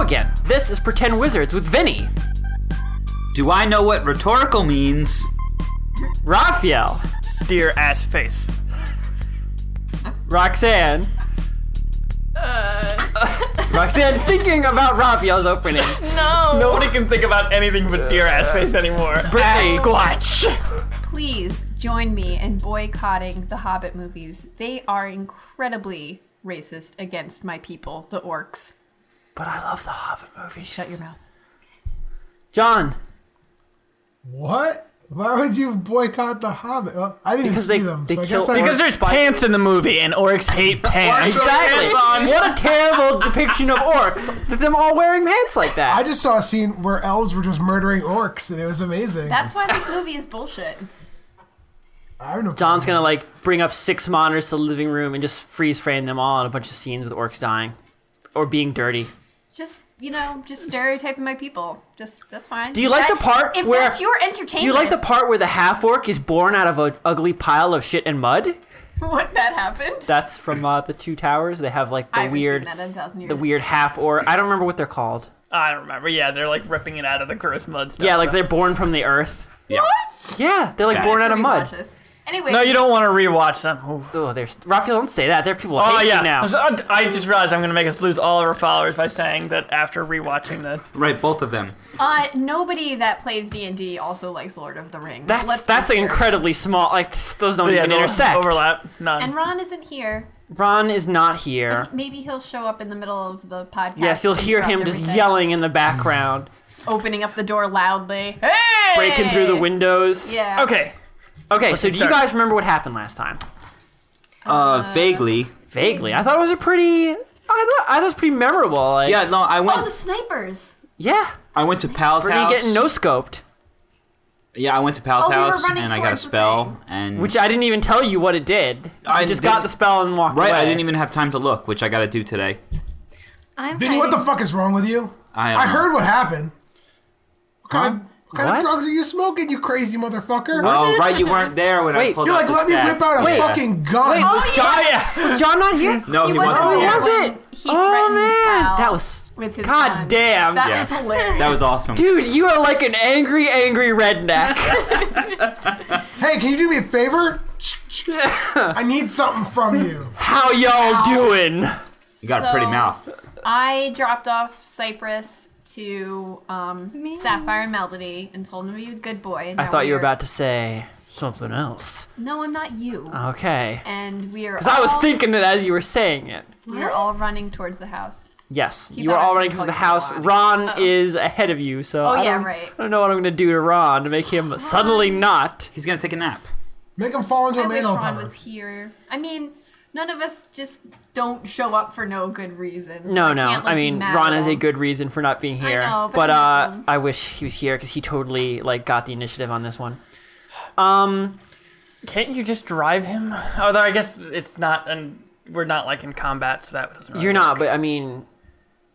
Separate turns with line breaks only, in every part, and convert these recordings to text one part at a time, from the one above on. again. This is Pretend Wizards with Vinny,
Do I know what rhetorical means?
Raphael,
Dear ass face.
Roxanne.
Uh.
Roxanne thinking about Raphael's opening.
No.
Nobody can think about anything but dear ass face anymore.
Brittany.
Squatch.
Please join me in boycotting the Hobbit movies. They are incredibly racist against my people, the orcs.
But I love the Hobbit movies.
Shut your mouth.
John,
What? Why would you boycott the Hobbit? Well, I didn't
Because
see
they-
them,
they
so I
kill
guess I
orcs.
Because there's pants in the movie and orcs hate pants.
Exactly.
Pants on.
What a terrible depiction of orcs. Them all wearing pants like that.
I just saw a scene where elves were just murdering orcs, and it was amazing.
That's why this movie is bullshit.
I don't know.
John's gonna like bring up six monitors to the living room and just freeze frame them all on a bunch of scenes with orcs dying or being dirty.
Just you know, just stereotyping my people. Just that's fine. Do
you like the part
if
where-
that's your entertainment?
Do you like the part where the half orc is born out of an ugly pile of shit and mud?
what that happened?
That's from uh, the Two Towers. They have like
I
the
haven't
weird,
seen that in a thousand years.
the weird half orc. I don't remember what they're called.
I don't remember. Yeah, they're like ripping it out of the gross mud stuff.
Yeah, like they're born from the earth.
Yeah.
Yeah, they're like
Got
born
it.
out of
Rewatch
mud.
this. Anyway,
No, you don't want to rewatch them. Ooh.
Oh, there's Raphael. Don't say that. There are people who
Oh
hate
yeah.
you now.
I'm so- I I just realized I'm gonna make us lose all of our followers by saying that after rewatching the
Right, both of them.
Uh, nobody that plays D and D also likes Lord of the Rings.
That's
Let's be
that's
serious.
incredibly small. Like those don't
yeah,
even
no
intersect.
overlap. None.
And Ron isn't here.
Ron is not here.
Maybe he'll show up in the middle of the podcast.
Yes, you'll hear him
interrupt
just
everything.
yelling in the background,
opening up the door loudly. Hey!
breaking through the windows.
Yeah.
okay.
Okay, so do you
start.
guys remember what happened last time?
Uh, vaguely.
Vaguely. I thought it was a pretty. I thought, I thought it was pretty memorable. Like,
Yeah, no, I went.
Oh, the snipers.
Yeah.
I went to Pal's
Brittany
house.
getting no scoped,
yeah, I went to Pal's
Oh, we were
house
running
and I got a
towards the
spell and
which I didn't even tell you what it did. I
I
just got
didn't-
the spell and walked
Right,
away.
I didn't even have time to look, which I got to do today.
I'm
Vinny, what the
hiding.
fuck is wrong with you?
I, um,
I heard what happened. What kind, of, what kind
What?
of drugs are you smoking, you crazy motherfucker?
Oh, right, you weren't there when I
Wait,
pulled
You're like,
out the
let me
stat.
rip out a
Wait.
fucking gun.
Oh,
Was John, was John not here?
No, he,
He
wasn't.
wasn't there
there.
was
when
it?
He
Oh,
threatened
man.
Pal
That was-
with his
God
gun.
damn.
That
Yeah.
was hilarious.
That was awesome.
Dude, you are like an angry, angry redneck.
Hey, can you do me a favor? I need something from you.
How y'all doing?
you got a pretty
So-
mouth.
I dropped off Cypress to um, Sapphire and Melody and told him to be a good boy.
I thought you were about to say something else.
No, I'm not you.
Okay.
and we are.
Because Uh, I was
all-
thinking it as you were saying it.
We are all running towards the house.
Yes, you
thought
are
I was
all running
gonna
towards the
call you Oh.
house. Ron is ahead of you, so I,
yeah,
don't,
right.
I don't know what I'm going to do to Ron to make him suddenly not.
He's gonna take a nap.
Make him fall into
I
a
wish
manhole
Ron
cover.
was here. I mean, none of us just don't show up for no good reason. so
No,
I
no.
can't, like,
I
be
mean,
mad
Ron
at
has a
him.
good reason for not being here,
know, but I miss
uh,
him.
I wish he was here because he totally like got the initiative on this one. Um,
Can't you just drive him? Although I guess it's not, and we're not like in combat, so that doesn't. Really
You're not,
work.
but I mean,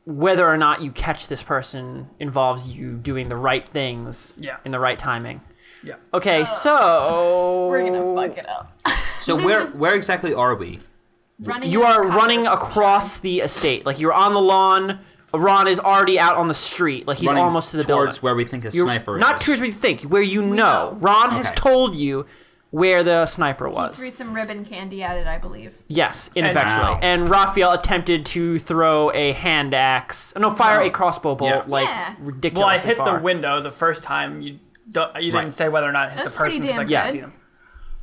whether or not you catch this person involves you doing the right things
Yeah.
in the right timing.
Yeah.
Uh.
Okay, so
We're gonna fuck it up.
So where where exactly are we?
running.
You
out of
are
cover.
running across the estate. Like you're on the lawn. Ron is already out on the street. Like he's
Running
almost to the
towards
building.
where we think a
You're-
sniper
Not
is.
towards where you think, where you know.
know.
Ron has
Okay.
told you where the sniper
He
was.
threw some ribbon candy at it, I believe.
yes, ineffectually.
Wow.
And Raphael attempted to throw a hand axe. No, fire a crossbow bolt.
Oh. Yeah.
Like
Yeah.
ridiculous.
Well, I hit
far.
the window the first time. You don't. You
Right.
didn't say whether or not it hit
That's
the person.
pretty damn
because I
good.
could see him.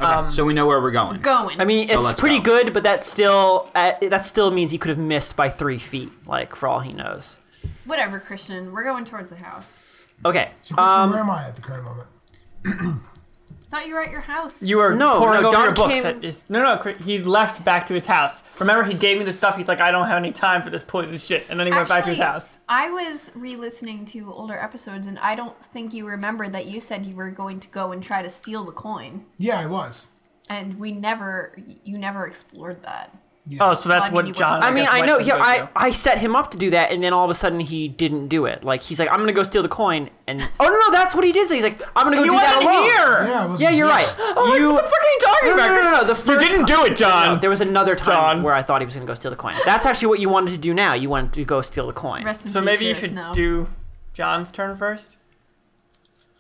Okay, so we know where we're going.
Going.
I mean,
So
it's
let's
pretty
go.
good, but that still uh, that still means he could have missed by three feet. Like for all he knows.
whatever, Christian. We're going towards the house.
Okay.
So, Christian,
Um,
where am I at the current moment?
Thought you were at your house.
You were
No,
pouring
no,
over
John
your books.
came-
At his, no, no, Chris- he left back to his house. Remember, he gave me the stuff. He's like, I don't have any time for this poison shit, and then he went back to his house.
I was re-listening to older episodes, and I don't think you remember that you said you were going to go and try to steal the coin,
Yeah, I was.
and we never, you never explored that.
Oh, so
Well, I
that's
mean,
what
you
John.
wouldn't-
I mean,
guess,
I
went
know.
to
Here,
go
I,
to.
I set him up to do that, and then all of a sudden he didn't do it. Like he's like, I'm gonna go steal the coin, and oh no, no, that's what he did. Say. He's like, I'm gonna go
You
do that
wasn't
alone.
here.
Yeah, it was-
Yeah, you're right. you
What the fuck are you talking
no,
about?
no, no, no, The
You
first
didn't do it,
No,
John.
there was another time
John.
where I thought he was gonna go steal the coin. That's actually what you wanted to do. Now you wanted to go steal the coin.
Rest in
so
peace,
maybe you
Shira
should
Snow.
do John's turn first,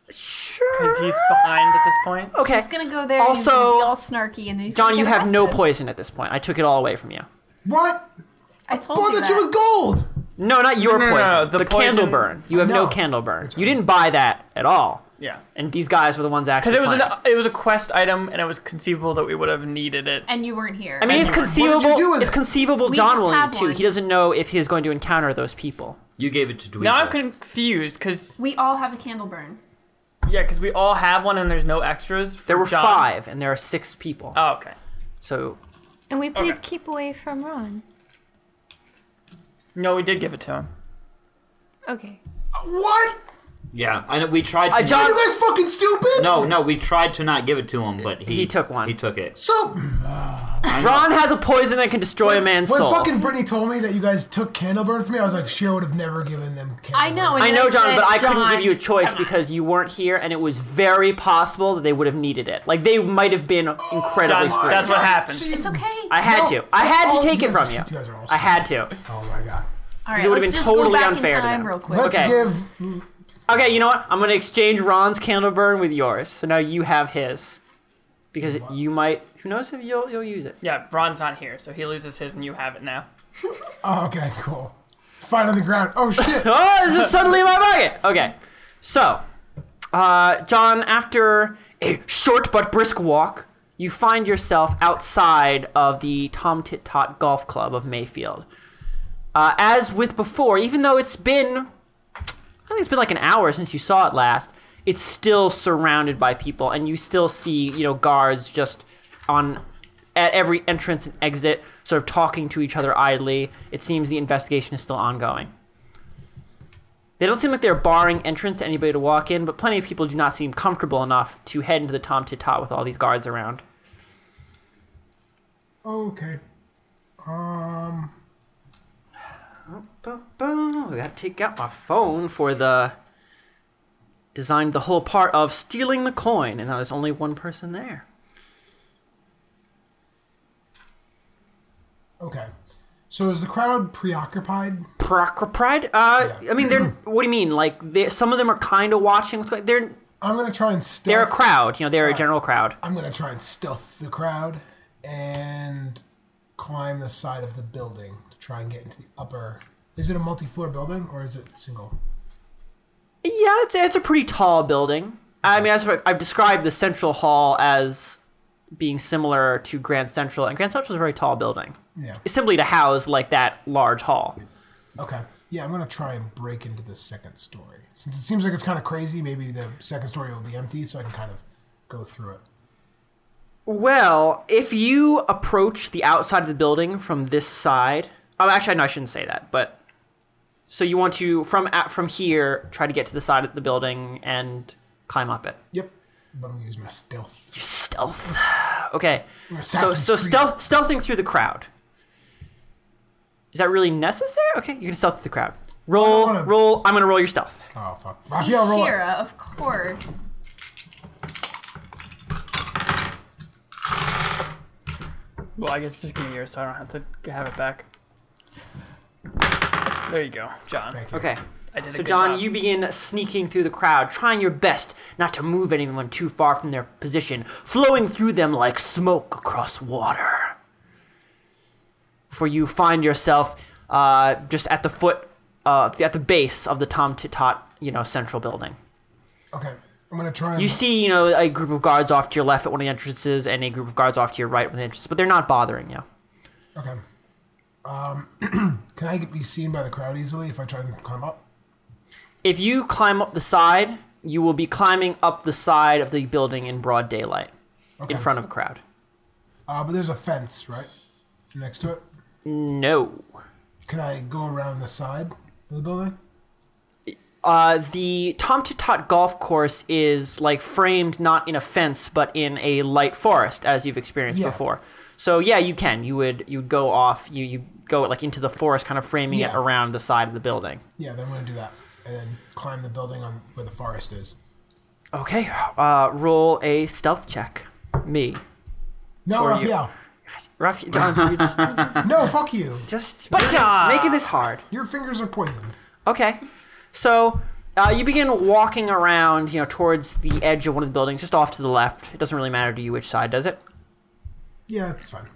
Sure.
because he's behind at this point.
Okay.
He's gonna go there.
Also-
and he's gonna be all snarky, and then he's
John,
gonna
you
get
have no
arrested.
poison at this point. I took it all away from you.
What?
I told
Well,
you
that you was
that.
gold.
No, not your
no, no,
poison.
no,
The,
the
candle
poison-
burn. You have no,
No.
candle burn. You didn't buy that at all.
Yeah.
And these guys were the ones actually.
Because it was
playing.
an it was a quest item, and it was conceivable that we would have needed it.
And you weren't here.
I mean, it's
you
conceivable.
do with
It's
it?
conceivable
We
John
just
will
have
too.
one.
He doesn't know if he is going to encounter those people.
You gave it to Dweezil.
Now I'm confused because
we all have a candle burn.
yeah, because we all have one and there's no extras. for
There were
John.
five, and there are six people.
Oh, okay.
so
And we played
Okay.
Keep Away from Ron.
No, we did give it to him.
Okay.
What?
yeah, I know we tried to.
Uh,
Are
John-
you guys fucking stupid?
no, no, we tried to not give it to him, but he
He took one.
He took it.
So
Ron has a poison that can destroy a man's
when
soul.
fucking Brittany told me that you guys took Candleburn from me, I was like, Sheer would have never given them. Candleburn.
I know. And
I
then
know, John,
said,
but I couldn't
"John,
give you a choice
come on."
because you weren't here, and it was very possible that they would have needed it. Like they might have been incredibly
John,
screwed.
that's what happened.
See,
It's okay.
I had
No,
to. I had
all
to take
you
it
guys
from you.
are- you guys are all
I had to.
Oh my god.
All
it
right,
would've
let's
been
just
totally
go back
unfair to
in time
them.
real quick.
Let's
Okay.
give.
Okay, you know what? I'm gonna exchange Ron's candle burn with yours. So now you have his, because you might. Who knows if you'll you'll use it.
Yeah, Ron's not here, so he loses his, and you have it now.
Oh, okay, cool. Fight on the ground. Oh shit.
Oh, this is suddenly in my pocket. Okay, so, uh, John, after a short but brisk walk, you find yourself outside of the Tom Tit Tot Golf Club of Mayfield. Uh, as with before, even though it's been, I think it's been like an hour since you saw it last, it's still surrounded by people, and you still see, you know, guards just on at every entrance and exit, sort of talking to each other idly. It seems the investigation is still ongoing. They don't seem like they're barring entrance to anybody to walk in, but plenty of people do not seem comfortable enough to head into the Tom Tit Tot with all these guards around.
Okay. Um.
Ba-boom. I gotta take out my phone for the. Designed the whole part of stealing the coin, and now there's only one person there.
Okay. So is the crowd preoccupied?
Procropride? Uh,
Yeah.
I mean, they're. What do you mean? Like, they, some of them are kind of watching. what's going- They're
I'm gonna try and stealth.
they're a crowd. You know, they're a general crowd.
I'm gonna try and stealth the crowd and climb the side of the building to try and get into the upper. Is it a multi-floor building or is it single?
Yeah, it's it's a pretty tall building. I mean, as for, I've described the central hall as being similar to Grand Central, and Grand Central is a very tall building,
Yeah.
simply to house like that large hall.
Okay. Yeah, I'm gonna try and break into the second story since it seems like it's kind of crazy. Maybe the second story will be empty, so I can kind of go through it.
Well, if you approach the outside of the building from this side, oh, actually, no, I shouldn't say that. But so you want to from at, from here try to get to the side of the building and climb up it.
Yep. But I'm gonna use my stealth.
Stealth. Okay. So
Assassin's
so
Creed.
stealth stealthing through the crowd. Is that really necessary? Okay, you can stealth through the crowd. Roll,
wanna-
roll. I'm gonna roll your stealth.
Oh fuck. Raphael, roll. it.
Shira, of course.
Well, I guess just give me yours, so I don't have to have it back. There you go, John.
Thank you.
Okay.
I did a
So
good
John,
job.
you begin sneaking through the crowd, trying your best not to move anyone too far from their position, flowing through them like smoke across water. Before you find yourself uh, just at the foot, uh, at the base of the Tom Tit Tot, you know, central building.
Okay. I'm gonna try and.
You see, you know, a group of guards off to your left at one of the entrances, and a group of guards off to your right at one of the entrances, but they're not bothering you.
Okay. Um, can I be seen by the crowd easily if I try and climb up?
If you climb up the side, you will be climbing up the side of the building in broad daylight,
Okay.
in front of a crowd.
Uh, but there's a fence, right? Next to it.
No.
Can I go around the side of the building?
Uh, the Tom Tit Tot golf course is like framed not in a fence but in a light forest, as you've experienced
Yeah.
before. So yeah, you can. You would you would go off. You you go like into the forest, kind of framing it
Yeah.
around the side of the building.
Yeah, then I'm gonna do that, and then climb the building on where the forest is.
Okay, uh, roll a stealth check. Me,
No,
Or you-
Raphael.
Ruff, John, you're just
No, fuck you.
just
Butcha!
making this hard.
Your fingers are poisoned.
Okay. So uh, you begin walking around, you know, towards the edge of one of the buildings, just off to the left. It doesn't really matter to you which side, does it?
Yeah, it's fine.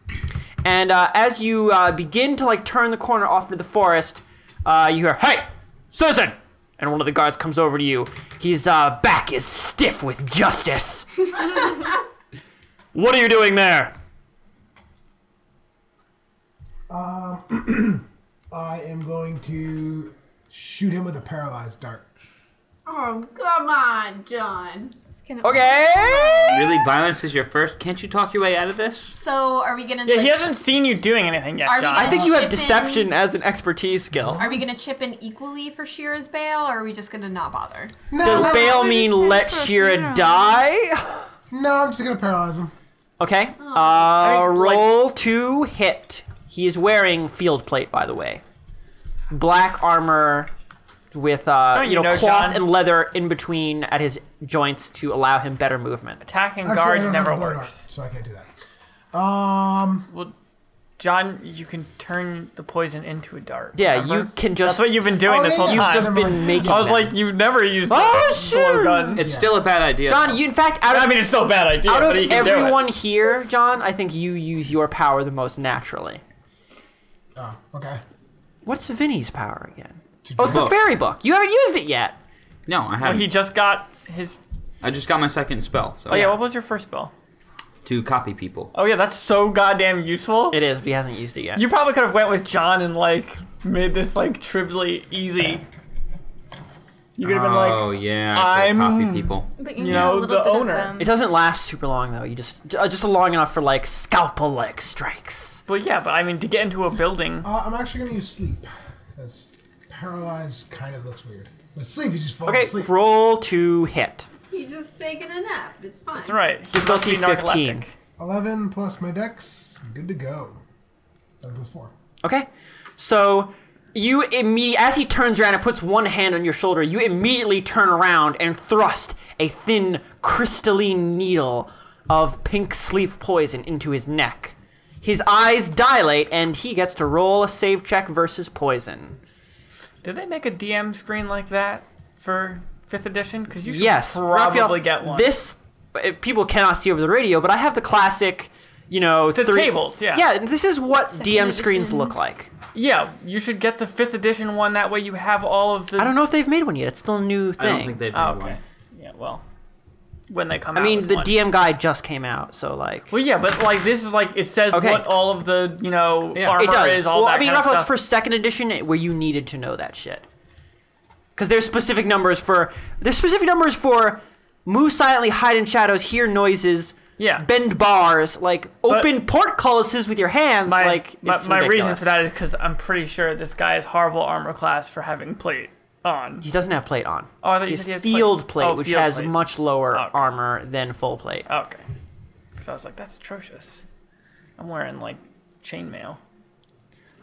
And uh, as you uh, begin to like turn the corner off into the forest, uh, you hear, "Hey, citizen!" And one of the guards comes over to you. His uh, back is stiff with justice. what are you doing there?
I am going to shoot him with a paralyzed dart.
Oh, come on, John.
It's gonna-
Okay.
Really, violence is your first. Can't you talk your way out of this?
So are we gonna?
Yeah,
like,
he hasn't seen you doing anything yet,
Are we
John.
gonna-
I think you have
Chip in.
deception as an expertise skill.
Are we gonna chip in equally for Shira's bail, or are we just gonna not bother?
No,
Does
no,
bail mean let
for a
Shira
funeral.
die?
no, I'm just gonna paralyze him.
Okay.
Oh. I
Uh,
mean, like-
roll to hit. He is wearing field plate, by the way. Black armor with uh,
Don't
you
you
know,
know,
cloth
John?
and leather in between at his joints to allow him better movement.
Attacking
Actually, I
guards
don't have
never
a blow
works.
dart, so I can't do that. Um,
Well, John, you can turn the poison into a dart.
Yeah,
remember?
you can just.
That's what you've been doing
Oh,
this
yeah,
whole
yeah.
time.
You've
just been
Never-
making.
I was
them.
like, you've never used
Oh,
the
sure.
gun.
It's still a bad idea.
John, you in fact out of,
I mean, it's still a bad idea,
out
but
of
you can do
everyone here, John, I think you use your power the most naturally.
oh, okay.
What's Vinny's power again?
To
Oh, the
Book.
fairy book. You haven't used it yet.
no, I
it.
haven't.
He just got his.
I just got my second spell. So
Oh yeah, what was your first spell?
to copy people.
Oh yeah, that's so goddamn useful.
It is, but he hasn't used it yet.
You probably could have went with John and like made this like trivially easy. You could have been like,
oh yeah, I said
I'm-
copy people.
But you,
You
know,
know,
a little
the
bit
owner.
Of
um,
them.
It doesn't last super long though. You just uh, just long enough for like scalpel like strikes.
but yeah, but I mean, to get into a building,
Uh, I'm actually gonna use sleep because paralyzed kind of looks weird. But sleep, you just fall
Okay,
asleep.
roll to hit.
He's just taking a nap. It's fine.
that's right. You must
Difficulty
be narcoleptic.
15.
Eleven plus my dex, good to go. That was four.
Okay, so you immediately as he turns around and puts one hand on your shoulder, you immediately turn around and thrust a thin crystalline needle of pink sleep poison into his neck. His eyes dilate and he gets to roll a save check versus poison.
Did they make a DM screen like that for fifth edition? Because you should
yes,
probably
Raphael,
get one.
This uh, people cannot see over the radio, but I have the classic, you know,
The
three
tables, yeah.
yeah. This is what DM screens
edition.
look like.
yeah, you should get the fifth edition one. That way, you have all of the.
I don't know if they've made one yet. It's still a new
I
thing.
don't think they did
Oh,
one.
okay. Yeah, well, when they come
I
out.
mean,
with
the
one.
DM guide just came out, so like.
Well, yeah, but like this is like it says
Okay.
what all of the you know
Yeah.
armor
It
it does.
is. All
well,
that
I mean,
kind of
Raphael, it's
stuff.
for second edition where you needed to know that shit. Because there's specific numbers for there's specific numbers for move silently, hide in shadows, hear noises,
Yeah.
bend bars, like open portcullises with your hands.
my,
like
my,
it's
my reason
ridiculous.
for that is because I'm pretty sure this guy is horrible armor class for having plate on.
He doesn't have plate on.
Oh, I thought you
He's
said he had plate.
field plate,
Oh,
which
field
has
plate.
much lower
Oh, okay.
armor than full plate.
Okay, so I was like, that's atrocious. I'm wearing like chainmail.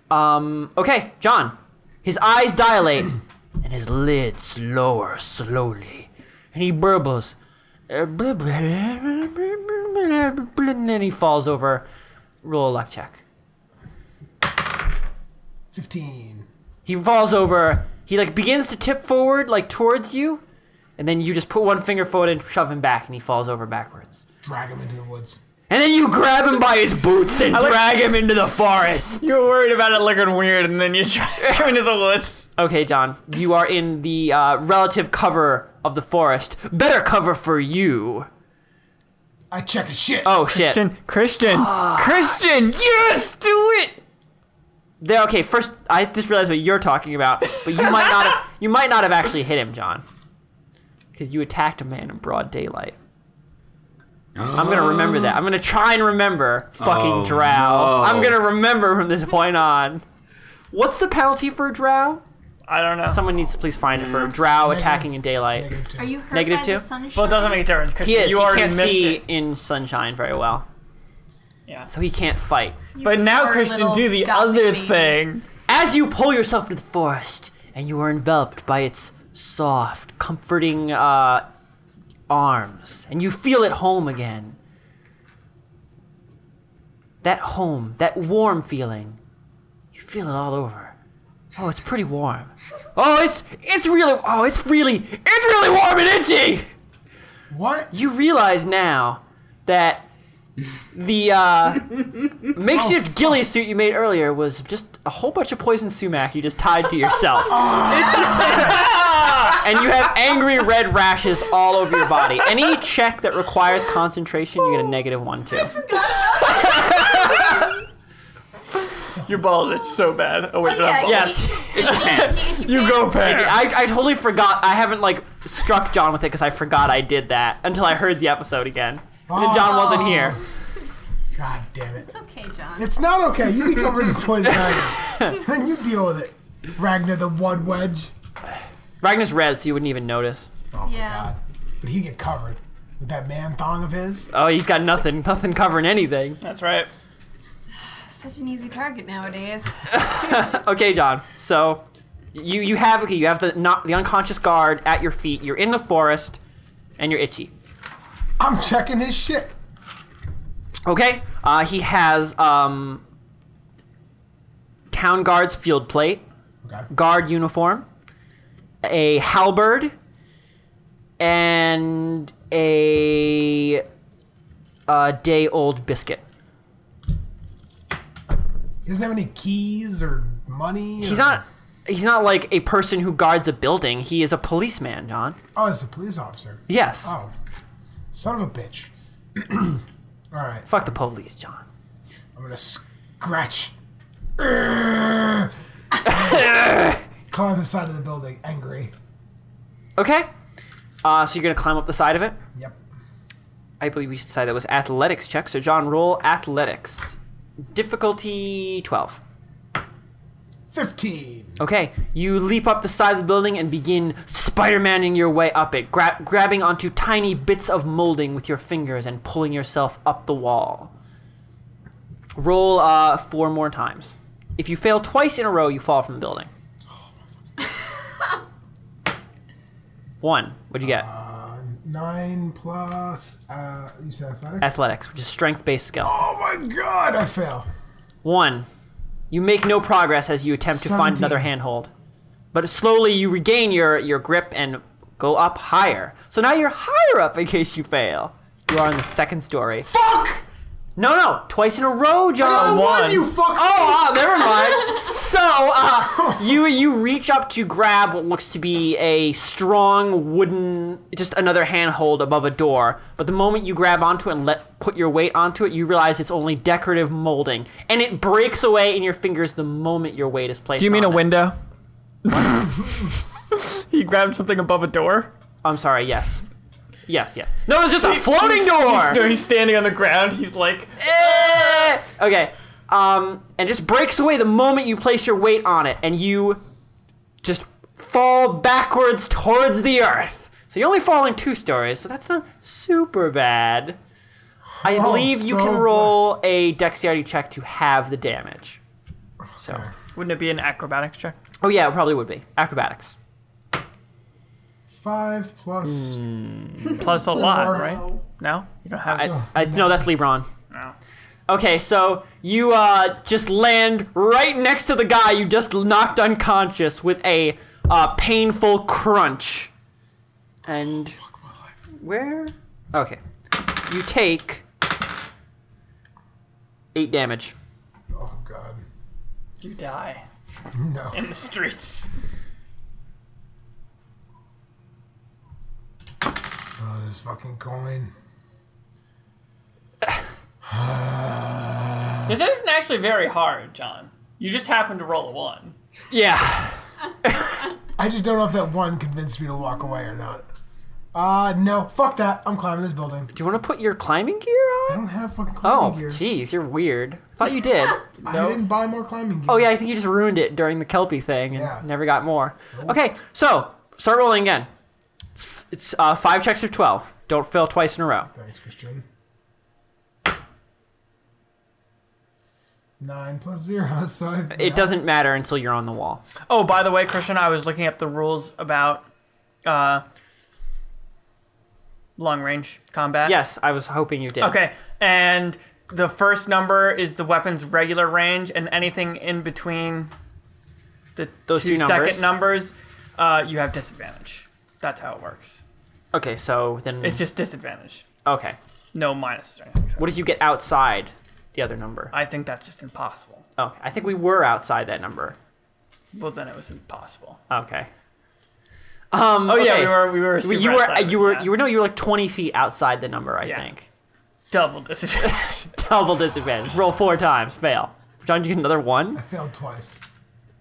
Um, okay, John. His eyes dilate and his lids lower slowly, and he burbles. And then he falls over. Roll a luck check.
Fifteen.
He falls over. He like begins to tip forward, like towards you, and then you just put one finger forward and shove him back, and he falls over backwards.
Drag him into the woods.
And then you grab him by his boots and drag him into the forest.
You were worried about it looking weird, and then you drive into the woods.
Okay, John, you are in the uh, relative cover of the forest. Better cover for you.
I check his shit.
Oh shit.
Christian, Christian, Christian, yes, do it.
There. Okay, first I just realized what you're talking about, but you might not have, you might not have actually hit him, John, because you attacked a man in broad daylight. I'm gonna remember that. I'm gonna try and remember. Fucking
Oh,
drow.
no.
I'm gonna remember from this point on. What's the penalty for a drow?
I don't know.
Someone needs to please find it for a drow attacking in daylight.
Negative two.
Are you hurt
Negative
by
two?
the sunshine?
well, it doesn't make a difference.
He
Christian,
is.
you
he
already
can't
missed
see
it.
in sunshine very well.
Yeah.
so he can't fight.
But now,
poor
Christian,
little
do the
gothic
other
baby.
thing.
As you pull yourself into the forest and you are enveloped by its soft, comforting uh, arms, and you feel at home again. That home, that warm feeling, you feel it all over. Oh, it's pretty warm. Oh, it's it's really oh, it's really it's really warm and itchy
What?
you realize now that the uh, makeshift ghillie suit you made earlier was just a whole bunch of poison sumac you just tied to yourself. It's- and you have angry red rashes all over your body. Any check that requires concentration, you get a negative one too.
Your balls are so bad. Oh, wait,
Oh, yeah,
they're not
yeah.
balls.
Yes.
Itchy pants. Itchy
You go,
pants.
Pear.
I, I totally forgot. I haven't like struck John with it because I forgot I did that until I heard the episode again. And then John wasn't here.
Ah, God damn it.
It's okay, John.
It's not okay. You become rid of poison ivy. then you deal with it. Ragnar the one wedge.
Ragnar's red, so you wouldn't even notice.
Oh my
Yeah.
god. But he get covered with that man thong of his.
Oh, he's got nothing, nothing covering anything.
That's right.
Such an easy target nowadays.
Okay, John. So you you have okay, you have the not the unconscious guard at your feet. You're in the forest, and you're itchy.
I'm checking his shit.
Okay. Uh, he has um, town guard's field plate,
Okay.
guard uniform, a halberd, and a, uh day old biscuit.
He doesn't have any keys or money.
He's
or-
not. He's not like a person who guards a building. He is a policeman, John.
Oh, he's a police officer.
Yes.
Oh, son of a bitch. All right,
Fuck the police, John.
I'm gonna scratch. Climb the side of the building, angry.
Okay. Uh, so you're gonna climb up the side of it.
Yep.
I believe we should say that was athletics check. So John, roll athletics. Difficulty twelve.
Fifteen.
Okay, you leap up the side of the building and begin Spider-Maning your way up it, gra- grabbing onto tiny bits of molding with your fingers and pulling yourself up the wall. Roll uh, four more times. If you fail twice in a row, you fall from the building. One. What'd you get?
Nine plus. Uh, you said athletics.
athletics, which is strength-based skill.
Oh my god, I fail.
One, you make no progress as you attempt to find another
Seventeen.
handhold. But slowly you regain your, your grip and go up higher. So now you're higher up in case you fail. You are on the second story.
Fuck!
No, no, twice in a row, John.
I
One.
won, you fuck.
Oh, ah, never mind. So uh, you you reach up to grab what looks to be a strong wooden, just another handhold above a door. But the moment you grab onto it and let put your weight onto it, you realize it's only decorative molding, and it breaks away in your fingers the moment your weight is placed.
Do you mean
on
a
it.
window? he grabbed something above a door.
I'm sorry. Yes. Yes, yes. No, it's just a floating door.
He's, he's standing on the ground. He's like,
Eh. okay. Um, and just breaks away the moment you place your weight on it, and you just fall backwards towards the earth. So you're only falling two stories, so that's not super bad. I
Oh,
believe you
so
can
bad.
roll a dexterity check to have the damage. So,
wouldn't it be an acrobatics check?
oh yeah, it probably would be acrobatics.
Five plus.
Mm.
Plus a lot,
Four.
right? No, you don't have.
I, I, no, that's LeBron.
no.
Oh.
Okay, so you uh, just land right next to the guy you just knocked unconscious with a uh, painful crunch. And where? Okay, you take eight damage.
Oh god.
You die
No.
in the streets.
Oh, this fucking coin.
This isn't actually very hard, John. You just happen to roll a one.
Yeah.
I just don't know if that one convinced me to walk away or not. Uh, no. Fuck that. I'm climbing this building.
Do you want to put your climbing gear on?
I don't have fucking
Oh,
climbing gear.
jeez, you're weird. Thought you did.
I didn't buy more climbing gear.
Oh yeah, I think you just ruined it during the Kelpie thing and
Yeah.
never got more. Okay, so start rolling again. It's, it's uh, five checks of twelve. Don't fail twice in a row.
Thanks, Christian. Nine plus zero, so I've,
It doesn't matter until you're on the wall.
Oh, by the way, Christian, I was looking up the rules about uh, long range combat.
Yes, I was hoping you did.
Okay, and the first number is the weapon's regular range, and anything in between the
Those two
second numbers, uh, you have disadvantage. That's how it works.
Okay, so then
It's just disadvantage,
okay.
no minuses or anything. So
What if you get outside the other number?
I think that's just impossible.
Okay, I think we were outside that number.
Well, then it was impossible.
Okay. Um,
Oh yeah,
okay.
we were we were
Well, You
super
were
outside
you
of
were
that.
you were no you were like twenty feet outside the number I
Yeah.
think.
double disadvantage.
Double disadvantage. Roll four times. Fail. John, you get another one.
I failed twice.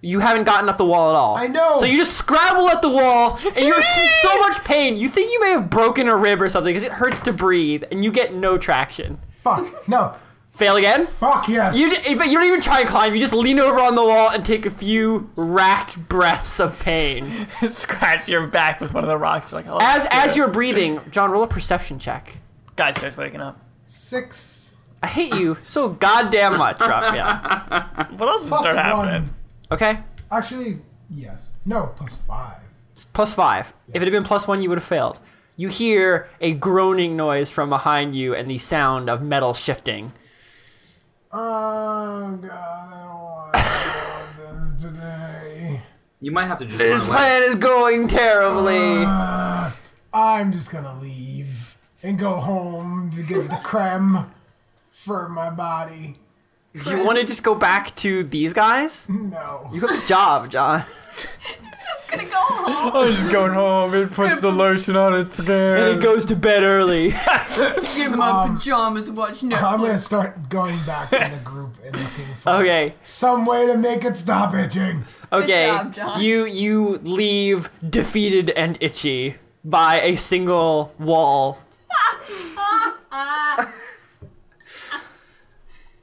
You haven't gotten up the wall at all.
I know.
So you just scrabble at the wall, and you're in so much pain. You think you may have broken a rib or something because it hurts to breathe, and you get no traction.
Fuck no.
Fail again.
Fuck yes.
You, d- in fact, you don't even try and climb. You just lean over on the wall and take a few racked breaths of pain.
Scratch your back with one of the rocks. You're like, oh,
As as
yeah.
you're breathing, John, roll a perception check.
guy starts waking up.
Six
I hate you so goddamn much, Raphael.
What else
plus
is happening?
one.
Okay,
Actually, yes. No, plus five.
It's plus five. If it had been plus one, you would have failed. You hear a groaning noise from behind you and the sound of metal shifting.
Oh god, I don't want to do this today.
You might have to just run away.
is going terribly.
Uh,
I'm just gonna leave and go home to get the creme for my body.
Do you want to just go back to these guys?
No.
You have a job, John.
Just gonna go home.
I'm just going home. It puts the lotion on its
And
skin.
it goes to bed early.
Get in my
Um,
pajamas, watch
I'm
Netflix.
gonna start going back to the group and looking for
okay.
some way to make it stop itching.
Okay.
job, John.
You you leave defeated and itchy by a single wall.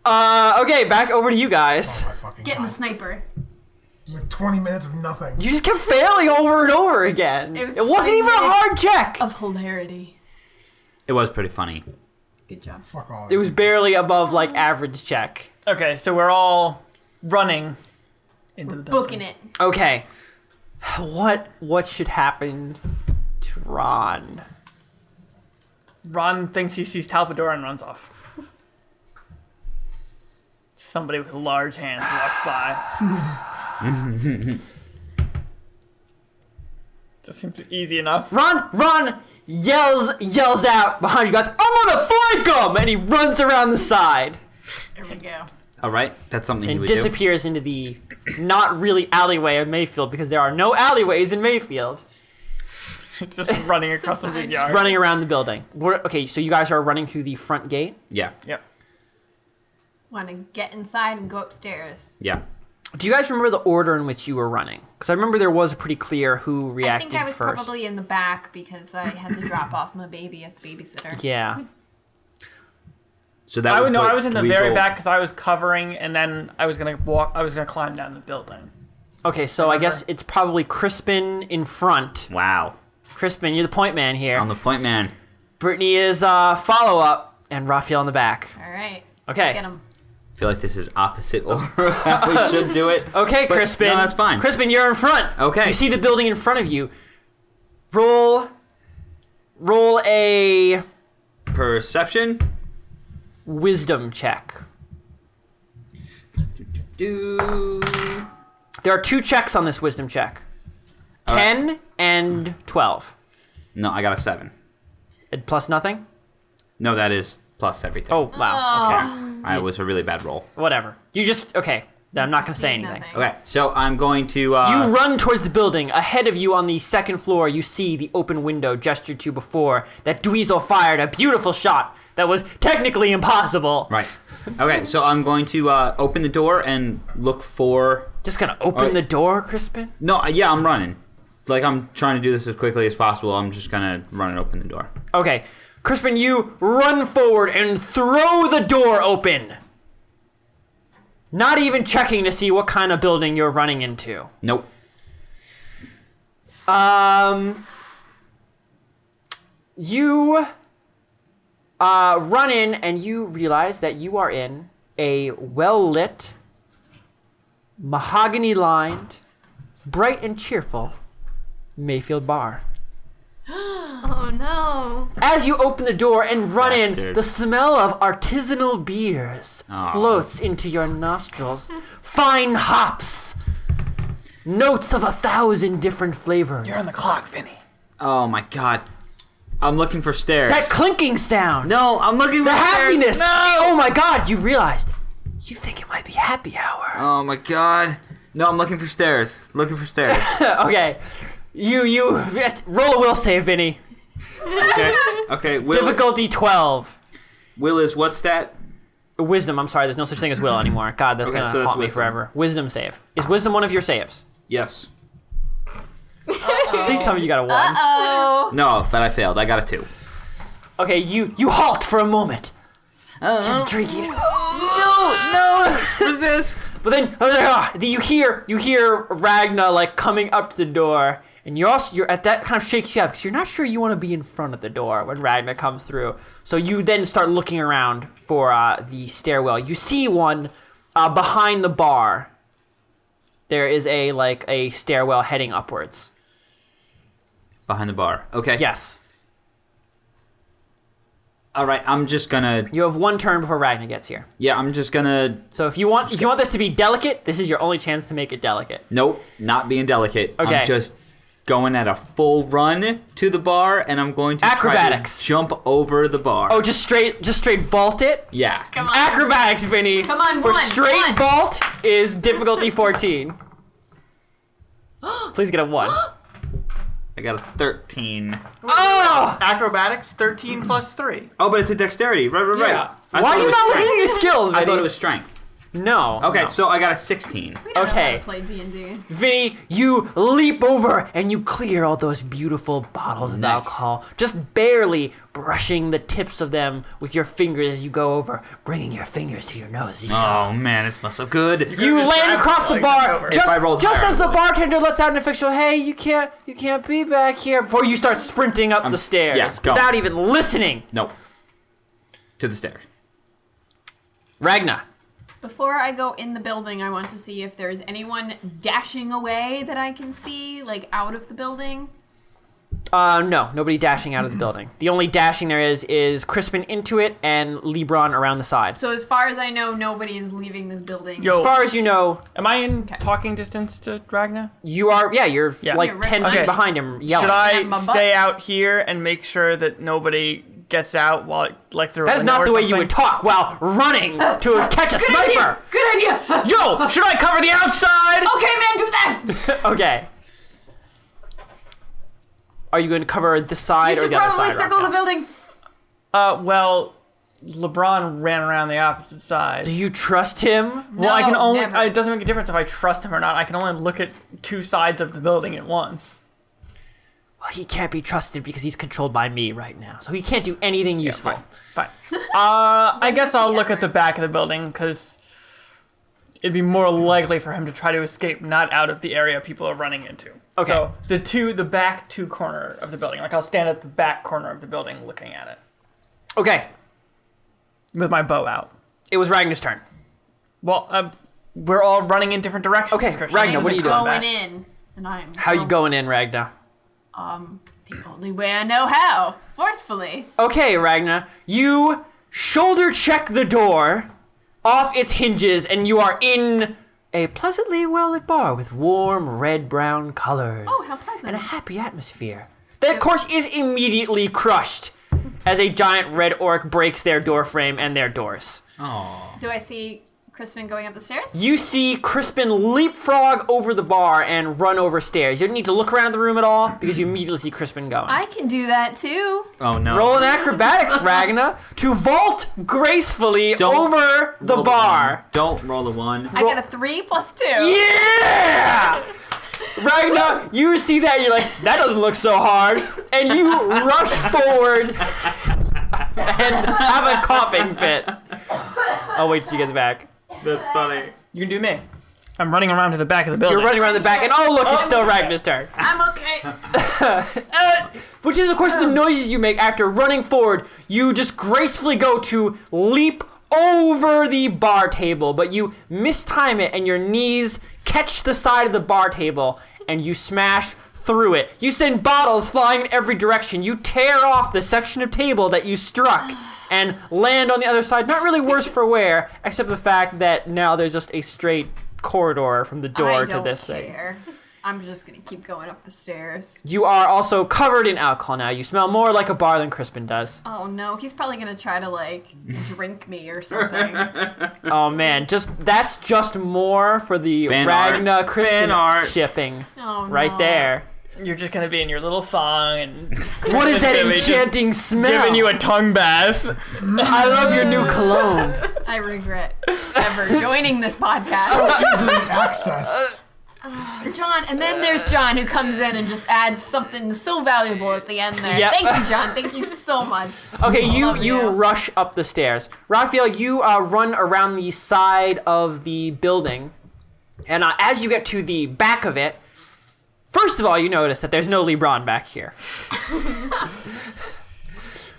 uh, okay, back over to you guys.
My fucking
Getting
god.
the sniper.
It was like 20 minutes of nothing.
You just kept failing over and over again.
It was
It, was not
20
even a hard
minutes
check.
Of hilarity.
It was pretty funny.
Good job.
Fuck all.
It was barely above like average check.
Okay, so we're all running into the building.
Booking it.
Okay. What what should happen to Ron?
Ron thinks he sees Talpador and runs off. Somebody with large hands walks by. that seems easy enough.
Ron Ron yells yells out behind you guys, I'm gonna flank him! And he runs around the side
There we go.
All right, that's something he
and
would
disappears into the not really alleyway of Mayfield because there are no alleyways in Mayfield.
Just running across the
That's
big
nice.
yard.
Running around the building. We're, okay, so you guys are running through the front gate.
do. Yeah,
Yep.
Wanna get inside and go upstairs.
yeah.
Do you guys remember the order in which you were running? Because I remember there was pretty clear who
I
reacted
think I was
first.
probably in the back because I had to drop off my baby at the babysitter.
Yeah.
So that
I would know.
put
I was in the
Dweezil-
very back because I was covering, and then I was gonna walk. I was gonna climb down the building.
Okay, so I guess it's probably Crispin in front.
Wow,
Crispin, you're the point man here.
on the point, man.
Brittany is uh, follow up, and Raphael in the back.
Alright.
Okay.
Get him.
I feel like this is opposite order of how we should do it.
Okay,
But-
Crispin.
No, that's fine.
Crispin, you're in front.
Okay.
You see the building in front of you. Roll. Roll a
Perception.
wisdom check.
Do.
There are two checks on this wisdom check
All right.
10 and 12.
No, I got a seven.
And plus nothing?
No, that is plus everything.
Oh, wow.
okay. I was a really bad roll.
Whatever. You just. Okay. I'm not going to say
See
anything.
nothing.
Okay, so I'm going to. Uh,
You run towards the building. Ahead of you on the second floor, you see the open window gestured to before that Dweezil fired a beautiful shot that was technically impossible.
Right. Okay, so I'm going to uh, open the door and look for.
Just gonna open
Alright.
the door, Crispin?
No, uh, yeah, I'm running. Like I'm trying to do this as quickly as possible. I'm just gonna run and open the door.
Okay. Crispin, you run forward and throw the door open. Not even checking to see what kind of building you're running into.
Nope.
Um, you uh, run in and you realize that you are in a well lit, mahogany lined, bright and cheerful Mayfield bar.
Oh no.
As you open the door and run in,
Bastard.
the smell of artisanal beers
Aw.
floats into your nostrils. Fine hops, notes of a thousand different flavors.
clock, Vinny.
Oh my god. I'm looking for stairs.
That clinking sound.
no, I'm looking
The
for stairs.
happiness.
No!
Oh my god, you realized. You think it might be happy hour.
Oh my god. No, I'm looking for stairs. Looking for stairs.
okay. You, you, roll a will save, Vinny.
Okay. Okay. Will,
Difficulty 12.
Will is what stat?
Wisdom, I'm sorry, there's no such thing as will anymore. God, that's
Okay,
gonna
so that's
haunt me
wisdom.
forever. Wisdom save. Is wisdom one of your saves?
Yes.
Please tell me you got a one.
Oh,
No, but I failed. I got a two.
Okay, you you halt for a moment. Just drink it.
no, no, resist.
But then ah, you hear you hear Ragna like coming up to the door, and you're also you're at that kind of shakes you up because you're not sure you want to be in front of the door when Ragna comes through. So you then start looking around for uh, the stairwell. You see one uh, behind the bar. There is a like a stairwell heading upwards.
Behind the bar. Okay.
Yes,
All right. I'm just gonna.
you have one turn before Ragna gets here.
Yeah, I'm just gonna.
So if you want if you want this to be delicate, this is your only chance to make it delicate.
Nope. Not being delicate.
Okay.
I'm just going at a full run to the bar, and I'm going to
Acrobatics.
Try to jump over the bar.
Oh, just straight just straight vault it.
yeah.
come on.
Acrobatics, Vinny.
Come on,
For
one,
straight
one.
vault is difficulty 14. Please get a one.
I got a 13.
oh!
Acrobatics, 13 plus 3.
Oh, but it's a dexterity. Right, right,
Yeah.
right. I
Why
thought
are
it
you
was
not
strength.
looking at your skills, Vinny?
I thought it was strength.
no.
Okay,
no.
so I got a 16.
We don't know how
okay.
to play D&D.
Vinny, you leap over and you clear all those beautiful bottles of
Nice.
alcohol, just barely brushing the tips of them with your fingers as you go over, bringing your fingers to your nose.
Oh man, it smells so good.
You
Just
land
drive
across
the
the
leg
bar
over.
just,
If I rolled
just
higher,
as the
like-
bartender lets out an official, "Hey, you can't, you can't be back here." Before you start sprinting up the stairs
yeah, go.
without even listening,
No. To the stairs.
Ragna.
Before I go in the building, I want to see if there's anyone dashing away that I can see, like out of the building.
Uh, no, nobody dashing out of the building. The only dashing there is is Crispin into it and Lebron around the side.
So as far as I know, nobody is leaving this building.
Yo.
as far as you know,
Am I in talking distance to Ragna?
you are yeah, you're
Yeah.
like
Yeah, right-
ten
Okay.
feet behind him yelling.
Should
At my
I
butt?
stay out here and make sure that nobody gets out while like through? a
that is
window
not
or
the way you
something?
would talk while running to catch a
Good
sniper.
idea. Good idea. okay,
Yo, should I cover the
Oh,
outside?
man, do that. You
Okay. Are you going to cover this side or
should
the other
probably
side?
circle
Rocco?
the building.
Uh, well, LeBron ran around the opposite side.
Do you trust him?
well, I can
No,
only.
never.
It doesn't make a difference if I trust him or not. I can only look at two sides of the building at once.
Well, he can't be trusted because he's controlled by me right now, so he can't do anything useful.
Fine. Uh, I guess I'll
he
look at
ever?
the back of the building because it'd be more likely for him to try to escape not out of the area people are running into.
Okay.
So the two, the back two corner of the building. Like I'll stand at the back corner of the building looking at it
okay,
with my bow out.
it was Ragnar's turn.
Well, uh, we're all running in different directions.
Okay,
Christian.
Ragnar,
This
what are you
isn't
doing?
combat.
Going in, and I'm.
How you going in, Ragnar?
Um, the only way I know how, forcefully.
Okay, Ragnar, you shoulder check the door off its hinges, and you are in a pleasantly well lit bar with warm red brown colors.
Oh, how pleasant.
and a happy atmosphere. That, of course, is immediately crushed as a giant red orc breaks their door frame and their doors.
Do I see Crispin going up the stairs?
You see Crispin leapfrog over the bar and run over stairs. You don't need to look around the room at all because you immediately see Crispin going.
I can do that too.
Oh no.
Roll an acrobatics, Ragna, to vault gracefully
Don't
over the
Roll
bar.
one. Don't roll a one.
I got a three plus two.
Yeah! Ragna, you see that, you're like, that doesn't look so hard. And you rush forward and have a coughing fit. I'll wait till you get back.
That's funny.
You can do me. I'm running around to the back of the building.
You're running around the back, and oh, look, it's still Ragna's turn.
I'm okay.
Which is, of course, the noises you make after running forward. You just gracefully go to leap over the bar table, but you mistime it and your knees catch the side of the bar table and you smash through it. You send bottles flying in every direction. You tear off the section of table that you struck and land on the other side, not really worse for wear, except the fact that now there's just a straight corridor from the door
I
to
don't
this thing.
care. I'm just gonna keep going up the stairs.
You are also covered in alcohol now. You smell more like a bar than Crispin does.
Oh no, he's probably gonna try to like drink me or something.
Oh man, just that's just more for the
Fan art.
Ragna Crispin
Fan art.
shipping
Oh,
right
no.
there.
You're just gonna be in your little thong and
What is that
Crispin's gonna be just
enchanting smell?
Giving you a tongue bath.
I love your new cologne.
I regret ever joining this podcast.
Easily accessed.
John, and then there's John who comes in and just adds something so valuable at the end there.
Yep.
Thank you, John. Thank you so much.
Okay, you
Love
you
you.
rush up the stairs. Raphael, you uh, run around the side of the building, and uh, as you get to the back of it, first of all, you notice that there's no LeBron back here.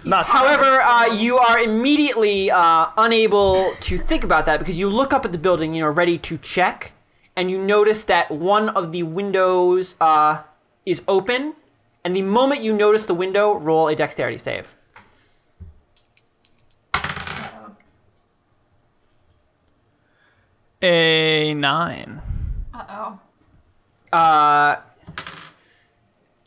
Not
However, uh, you are immediately uh, unable to think about that because you look up at the building, you know, ready to check, and you notice that one of the windows uh, is open. And the moment you notice the window, roll a dexterity save.
a nine.
Uh oh.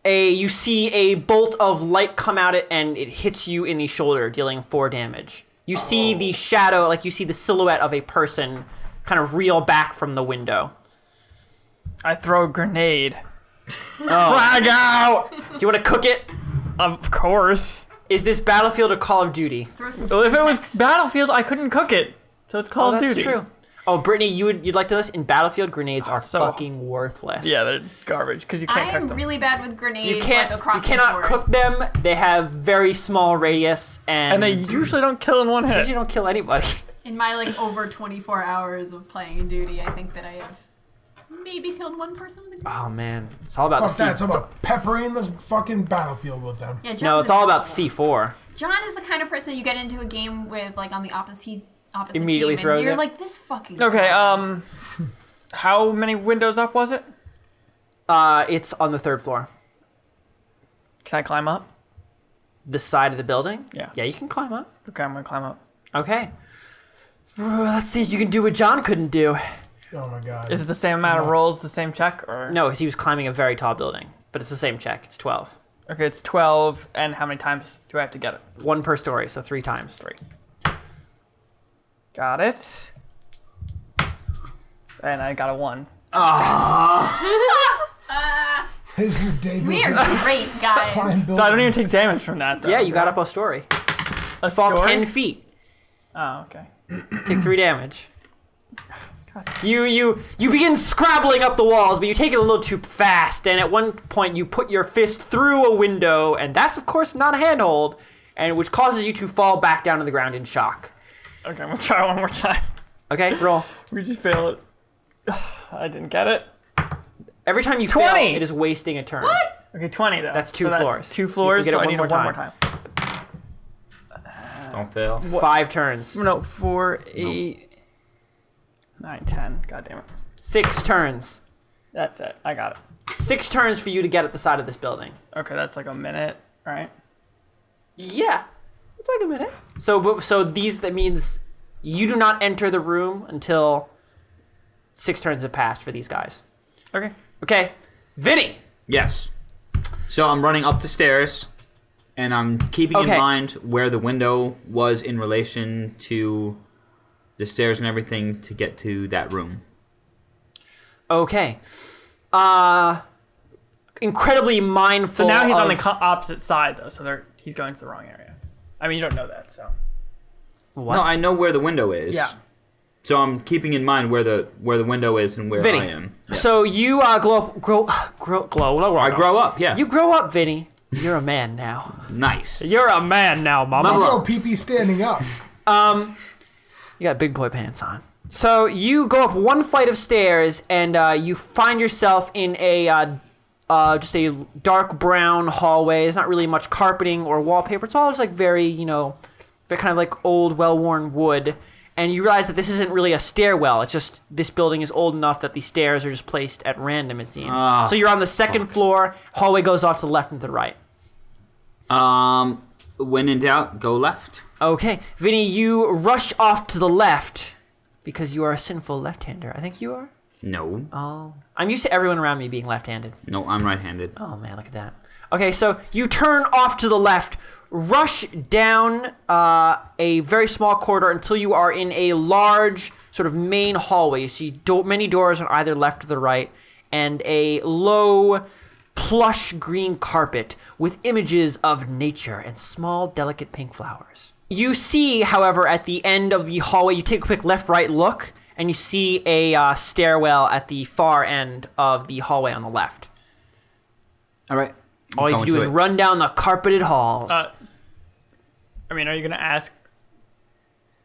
a you see a bolt of light come out it and it hits you in the shoulder dealing four damage you see the shadow like you see the silhouette of a person kind of reel back from the window
I throw a grenade. Oh.
flag out do you want to cook it
Of course.
is this battlefield or call of duty
Throw some
Well, if it was
syntax.
Battlefield, I couldn't cook it, so it's Call
oh
of
that's
Duty.
true oh brittany you would you'd like to this in battlefield grenades are
Ah, so-
fucking worthless
Yeah, they're garbage because you can't
I
cook
am
them.
really bad with grenades.
you can't
Like, across
you cannot
the board.
cook them they have very small radius and
and they usually don't kill in one
you
hit.
don't kill anybody
In my like over 24 hours of playing duty, I think that I have maybe killed one person with a grenade.
oh man it's all about
Fuck
C-
that. It's about peppering the fucking battlefield with them.
Yeah, John's
no it's all about
C.
c4
John is the kind of person that you get into a game with, like on the opposite opposite
Immediately
team,
throws
and you're
it.
like this fucking.
Okay. Um, how many windows up was it?
uh it's on the third floor
Can I climb up?
the side of the building?
Yeah.
Yeah, you can climb up.
Okay, I'm gonna climb up.
Okay. Uh, Let's see if you can do what John couldn't do.
Oh my god.
Is it the same amount of rolls, the same check, or
No, because he was climbing a very tall building. But it's the same check. It's 12.
Okay, it's twelve. And how many times do I have to get it?
One per story, so three times.
Three. Got it. And I got a one.
This is the debut.
We are great
Climb
guys.
buildings.
So I don't even take damage from that. Though.
Yeah, you got up a story.
a
Fall
story?
10 feet.
Oh, okay.
Take three damage. You you you begin scrabbling up the walls, but you take it a little too fast, and at one point you put your fist through a window, and that's of course not a handhold, and which causes you to fall back down to the ground in shock.
Okay, I'm gonna try one more time.
Okay, roll.
We just fail it. I didn't get it.
Every time you
20.
fail, it is wasting a turn.
Okay, 20 though.
That's two
So
floors.
Two
So
floors,
you
so,
have to get it
I
one more
need it one more
time.
time.
Don't fail.
Five turns.
No, four, eight, nine, ten. God damn it.
Six turns.
That's it. I got it.
Six turns for you to get up the side of this building.
Okay, that's like a minute, right?
Yeah. It's like a minute. So but- so these that means you do not enter the room until six turns have passed for these guys.
Okay.
Okay. Vinny.
Yes. So I'm running up the stairs, and I'm keeping
Okay.
in mind where the window was in relation to the stairs and everything to get to that room.
Okay. Uh incredibly mindful.
So now he's on the
of-
co- opposite side though, so they're, he's going to the wrong area. I mean, you don't know that, so.
What?
No, I know where the window is.
Yeah.
So I'm keeping in mind where the where the window is and where
Vinny.
I am. Yeah.
So you uh glow up grow grow glow.
I grow up. Yeah.
You grow up, Vinny. You're a man now.
nice.
You're a man now, mama.
Level
Oh,
up.
PP standing up.
You got big boy pants on. So you go up one flight of stairs and uh, you find yourself in a uh, uh, just a dark brown hallway. There's not really much carpeting or wallpaper. It's all just like very you know, very kind of like old, well-worn wood. and you realize that this isn't really a stairwell. It's just this building is old enough that the stairs are just placed at random. It seems.
Ah,
so you're on the second floor. Hallway goes off to the left and to the right.
Um, when in doubt, go left.
Okay, Vinny, you rush off to the left because you are a sinful left-hander. I think you are.
No,
Oh, I'm used to everyone around me being left-handed.
no, I'm right-handed.
Oh man, look at that. Okay, so you turn off to the left, rush down uh, a very small corridor until you are in a large sort of main hallway. You see do- many doors on either left or the right, and a low plush green carpet with images of nature and small delicate pink flowers. You see, however, at the end of the hallway, you take a quick left right look, and you see a uh, stairwell at the far end of the hallway on the left.
All right. I'm
All you have
going
to do
to
is
it.
run down the carpeted halls.
Uh, I mean, are you gonna ask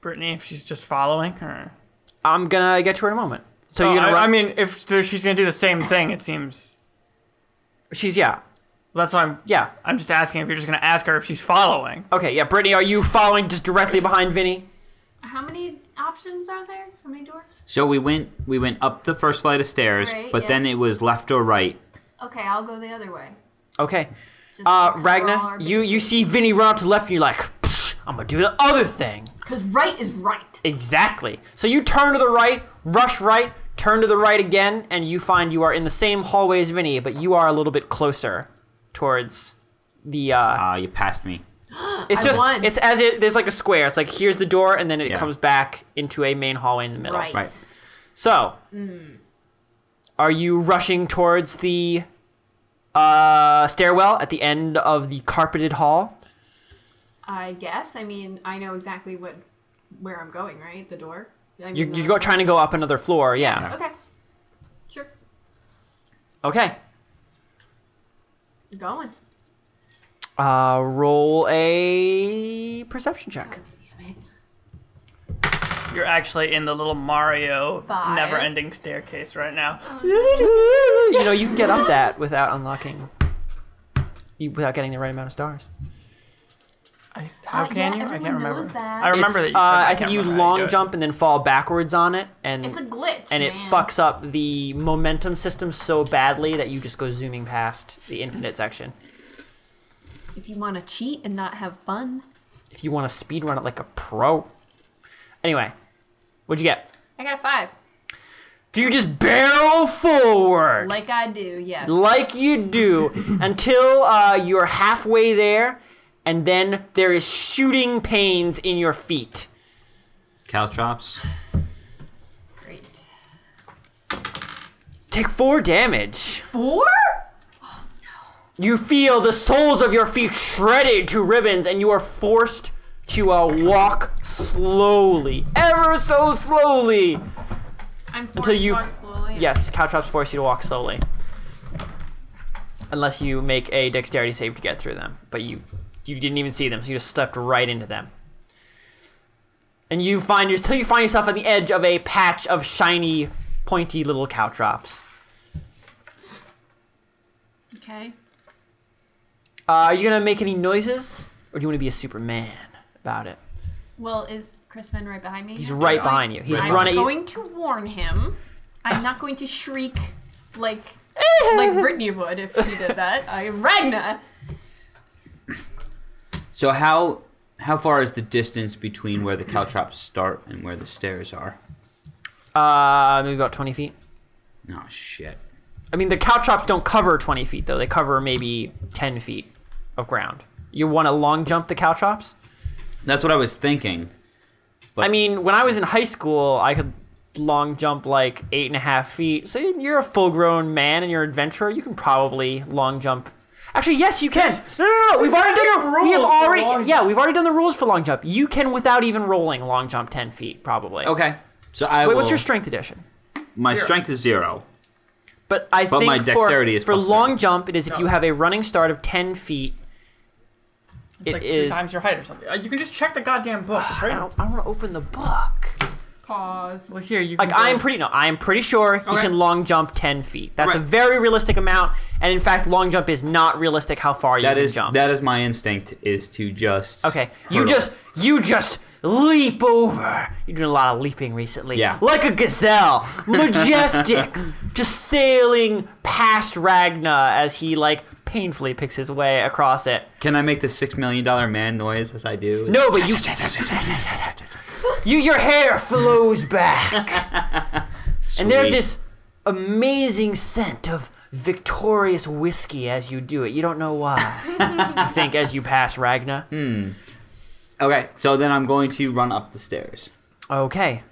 Brittany if she's just following her?
I'm gonna get to her in a moment. So
Oh,
you're gonna
I,
run.
I mean, if there- she's gonna do the same thing, it seems.
she's yeah,
That's why I'm.
yeah.
I'm just asking if you're just gonna ask her if she's following.
Okay, yeah. Brittany, are you following just directly behind Vinny?
How many options are there? How many doors?
So we went, we went up the first flight of stairs,
Right,
but
yeah.
then it was left or right.
Okay, I'll go the other way.
Okay.
Just
Uh,
cover all
Ragna,
our
you you see Vinny run up to the left, and you're like, "Psh, I'm gonna do the other thing.
Because right is right.
Exactly. So you turn to the right, rush right, turn to the right again, and you find you are in the same hallway as Vinny, but you are a little bit closer towards the. Uh,
Ah, you passed me.
it's
I
just
won.
it's as it there's like a square. It's like here's the door, and then it
Yeah.
comes back into a main hallway in the middle.
Right.
Right.
So, are you rushing towards the uh, stairwell at the end of the carpeted hall?
I guess. I mean, I know exactly what where I'm going, right? The door. I
You're,
mean,
you're
the-
go, trying to go up another floor, yeah.
Okay. Sure.
Okay.
Going.
Uh, roll a perception check.
Damn it.
You're actually in the little Mario
Five. Oh,
never-ending staircase right now.
you know, you can get up that without unlocking, you, without getting the right amount of stars.
I, how
Uh,
Oh, can
yeah,
you? I
everyone
can't remember.
knows that.
I remember
It's,
that. You,
uh, I
can't
think you
remember how do
long
it.
jump and then fall backwards on it, and
It's a glitch.
and it
man.
fucks up the momentum system so badly that you just go zooming past the infinite section.
If you want to cheat and not have fun,
If you want to speedrun it like a pro. Anyway, what'd you get?
I got a five.
Do you just barrel forward?
Like I do, yes.
like you do until uh, you're halfway there and then there is shooting pains in your feet
Caltrops.
Great.
take four damage
Four?
you feel the soles of your feet shredded to ribbons and you are forced to uh, walk slowly ever so slowly
I'm
Until you-
walk slowly.
yes caltrops force you to walk slowly unless you make a dexterity save to get through them but you you didn't even see them so you just stepped right into them and you find your, till you find yourself at the edge of a patch of shiny pointy little caltrops
Okay.
uh, are you gonna make any noises or do you want to be a superman about it
Well, is Crispin right behind me?
he's right behind you he's
Right.
running.
I'm
run at you
going to warn him. I'm not going to shriek like like Brittany would if she did that. I am Ragna.
So how how far is the distance between where the caltrops start and where the stairs are?
uh, maybe about 20 feet
Oh shit.
I mean, the caltrops don't cover 20 feet, though. They cover maybe 10 feet of ground. You want to long jump the caltrops?
That's what I was thinking.
I mean, when I was in high school, I could long jump like eight and a half feet. So you're a full grown man and you're an adventurer. You can probably long jump. Actually, yes, you can. No, no, no. no. We've already done a, We have
rules for long
already. Yeah,
jump.
we've already done the rules for long jump. You can, without even rolling, long jump 10 feet, probably.
Okay. So I
Wait,
will,
what's your strength edition?
My strength is zero.
But I
But
think
my dexterity
for,
is
for
plus
long
seven.
jump, it is if you have a running start of 10 feet.
It's like
it
two
is-
times your height or something. Uh, You can just check the goddamn book. It's right-
I don't, I want to open the book.
Pause.
Well, here you. Can
Like
go-
I am pretty no, I am pretty sure he
Okay.
can long jump ten feet. That's a
Right.
very realistic amount, and in fact, long jump is not realistic how far you
That
can
is
jump.
that is my instinct is to just
okay, you
hurdle.
just you just leap over. You're doing a lot of leaping recently.
Yeah.
Like a gazelle, majestic, just sailing past Ragna as he like painfully picks his way across it.
Can I make the six million dollar man noise as I do?
No, but you, you your hair flows back. And there's
Sweet.
this amazing scent of victorious whiskey as you do it. You don't know why. you think as you pass Ragna.
Hmm. Okay, so then I'm going to run up the stairs.
Okay.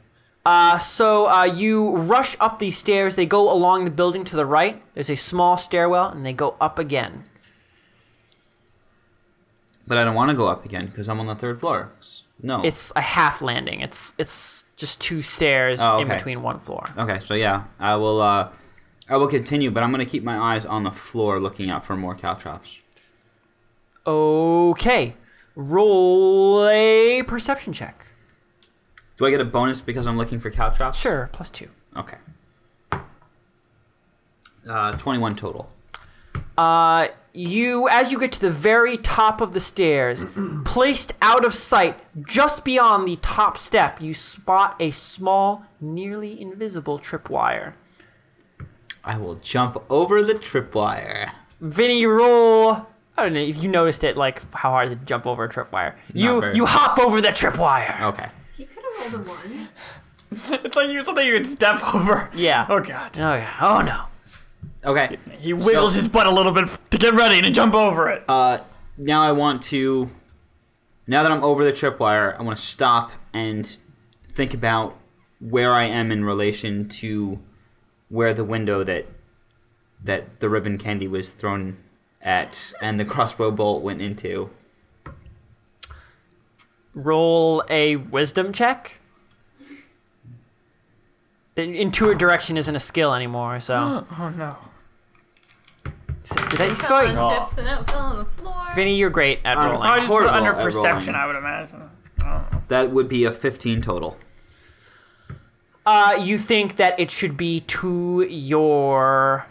Uh, so uh, you rush up these stairs. They go along the building to the right. There's a small stairwell, and they go up again.
But I don't want to go up again because I'm on the third floor. No.
It's a half landing. It's it's just two stairs
Oh,
in
okay.
between one floor.
okay. So yeah, I will. Uh, I will continue, but I'm going to keep my eyes on the floor, looking out for more caltrops.
Okay. Roll a perception check.
Do I get a bonus because I'm looking for caltrops?
Sure, plus two.
Okay. Uh, 21 total.
Uh, you, as you get to the very top of the stairs, placed out of sight just beyond the top step, you spot a small, nearly invisible tripwire.
I will jump over the tripwire.
Vinny, roll. I don't know if you noticed it, like how hard is it to jump over a tripwire. You
very.
you hop over the tripwire.
Okay.
He could have rolled a one.
It's like you something you would step over.
Yeah.
Oh god.
Oh yeah. Oh no.
Okay.
He wiggles
So-
his butt a little bit to get ready to jump over it.
Oh,
Uh, now I want to. Now that I'm over the tripwire, I want to stop and think about where I am in relation to where the window that that the ribbon candy was thrown at and the crossbow bolt went into.
Roll a wisdom check. The intuit direction isn't a skill anymore, so.
oh no.
so did I just
Fell
go?
on chips and it fell on the floor.
Vinny, you're great at
Um,
rolling.
Probably Oh, just put it
horrible
under
at
perception,
rolling.
I would imagine. I don't know.
That would be a 15 total.
Uh, you think that it should be to your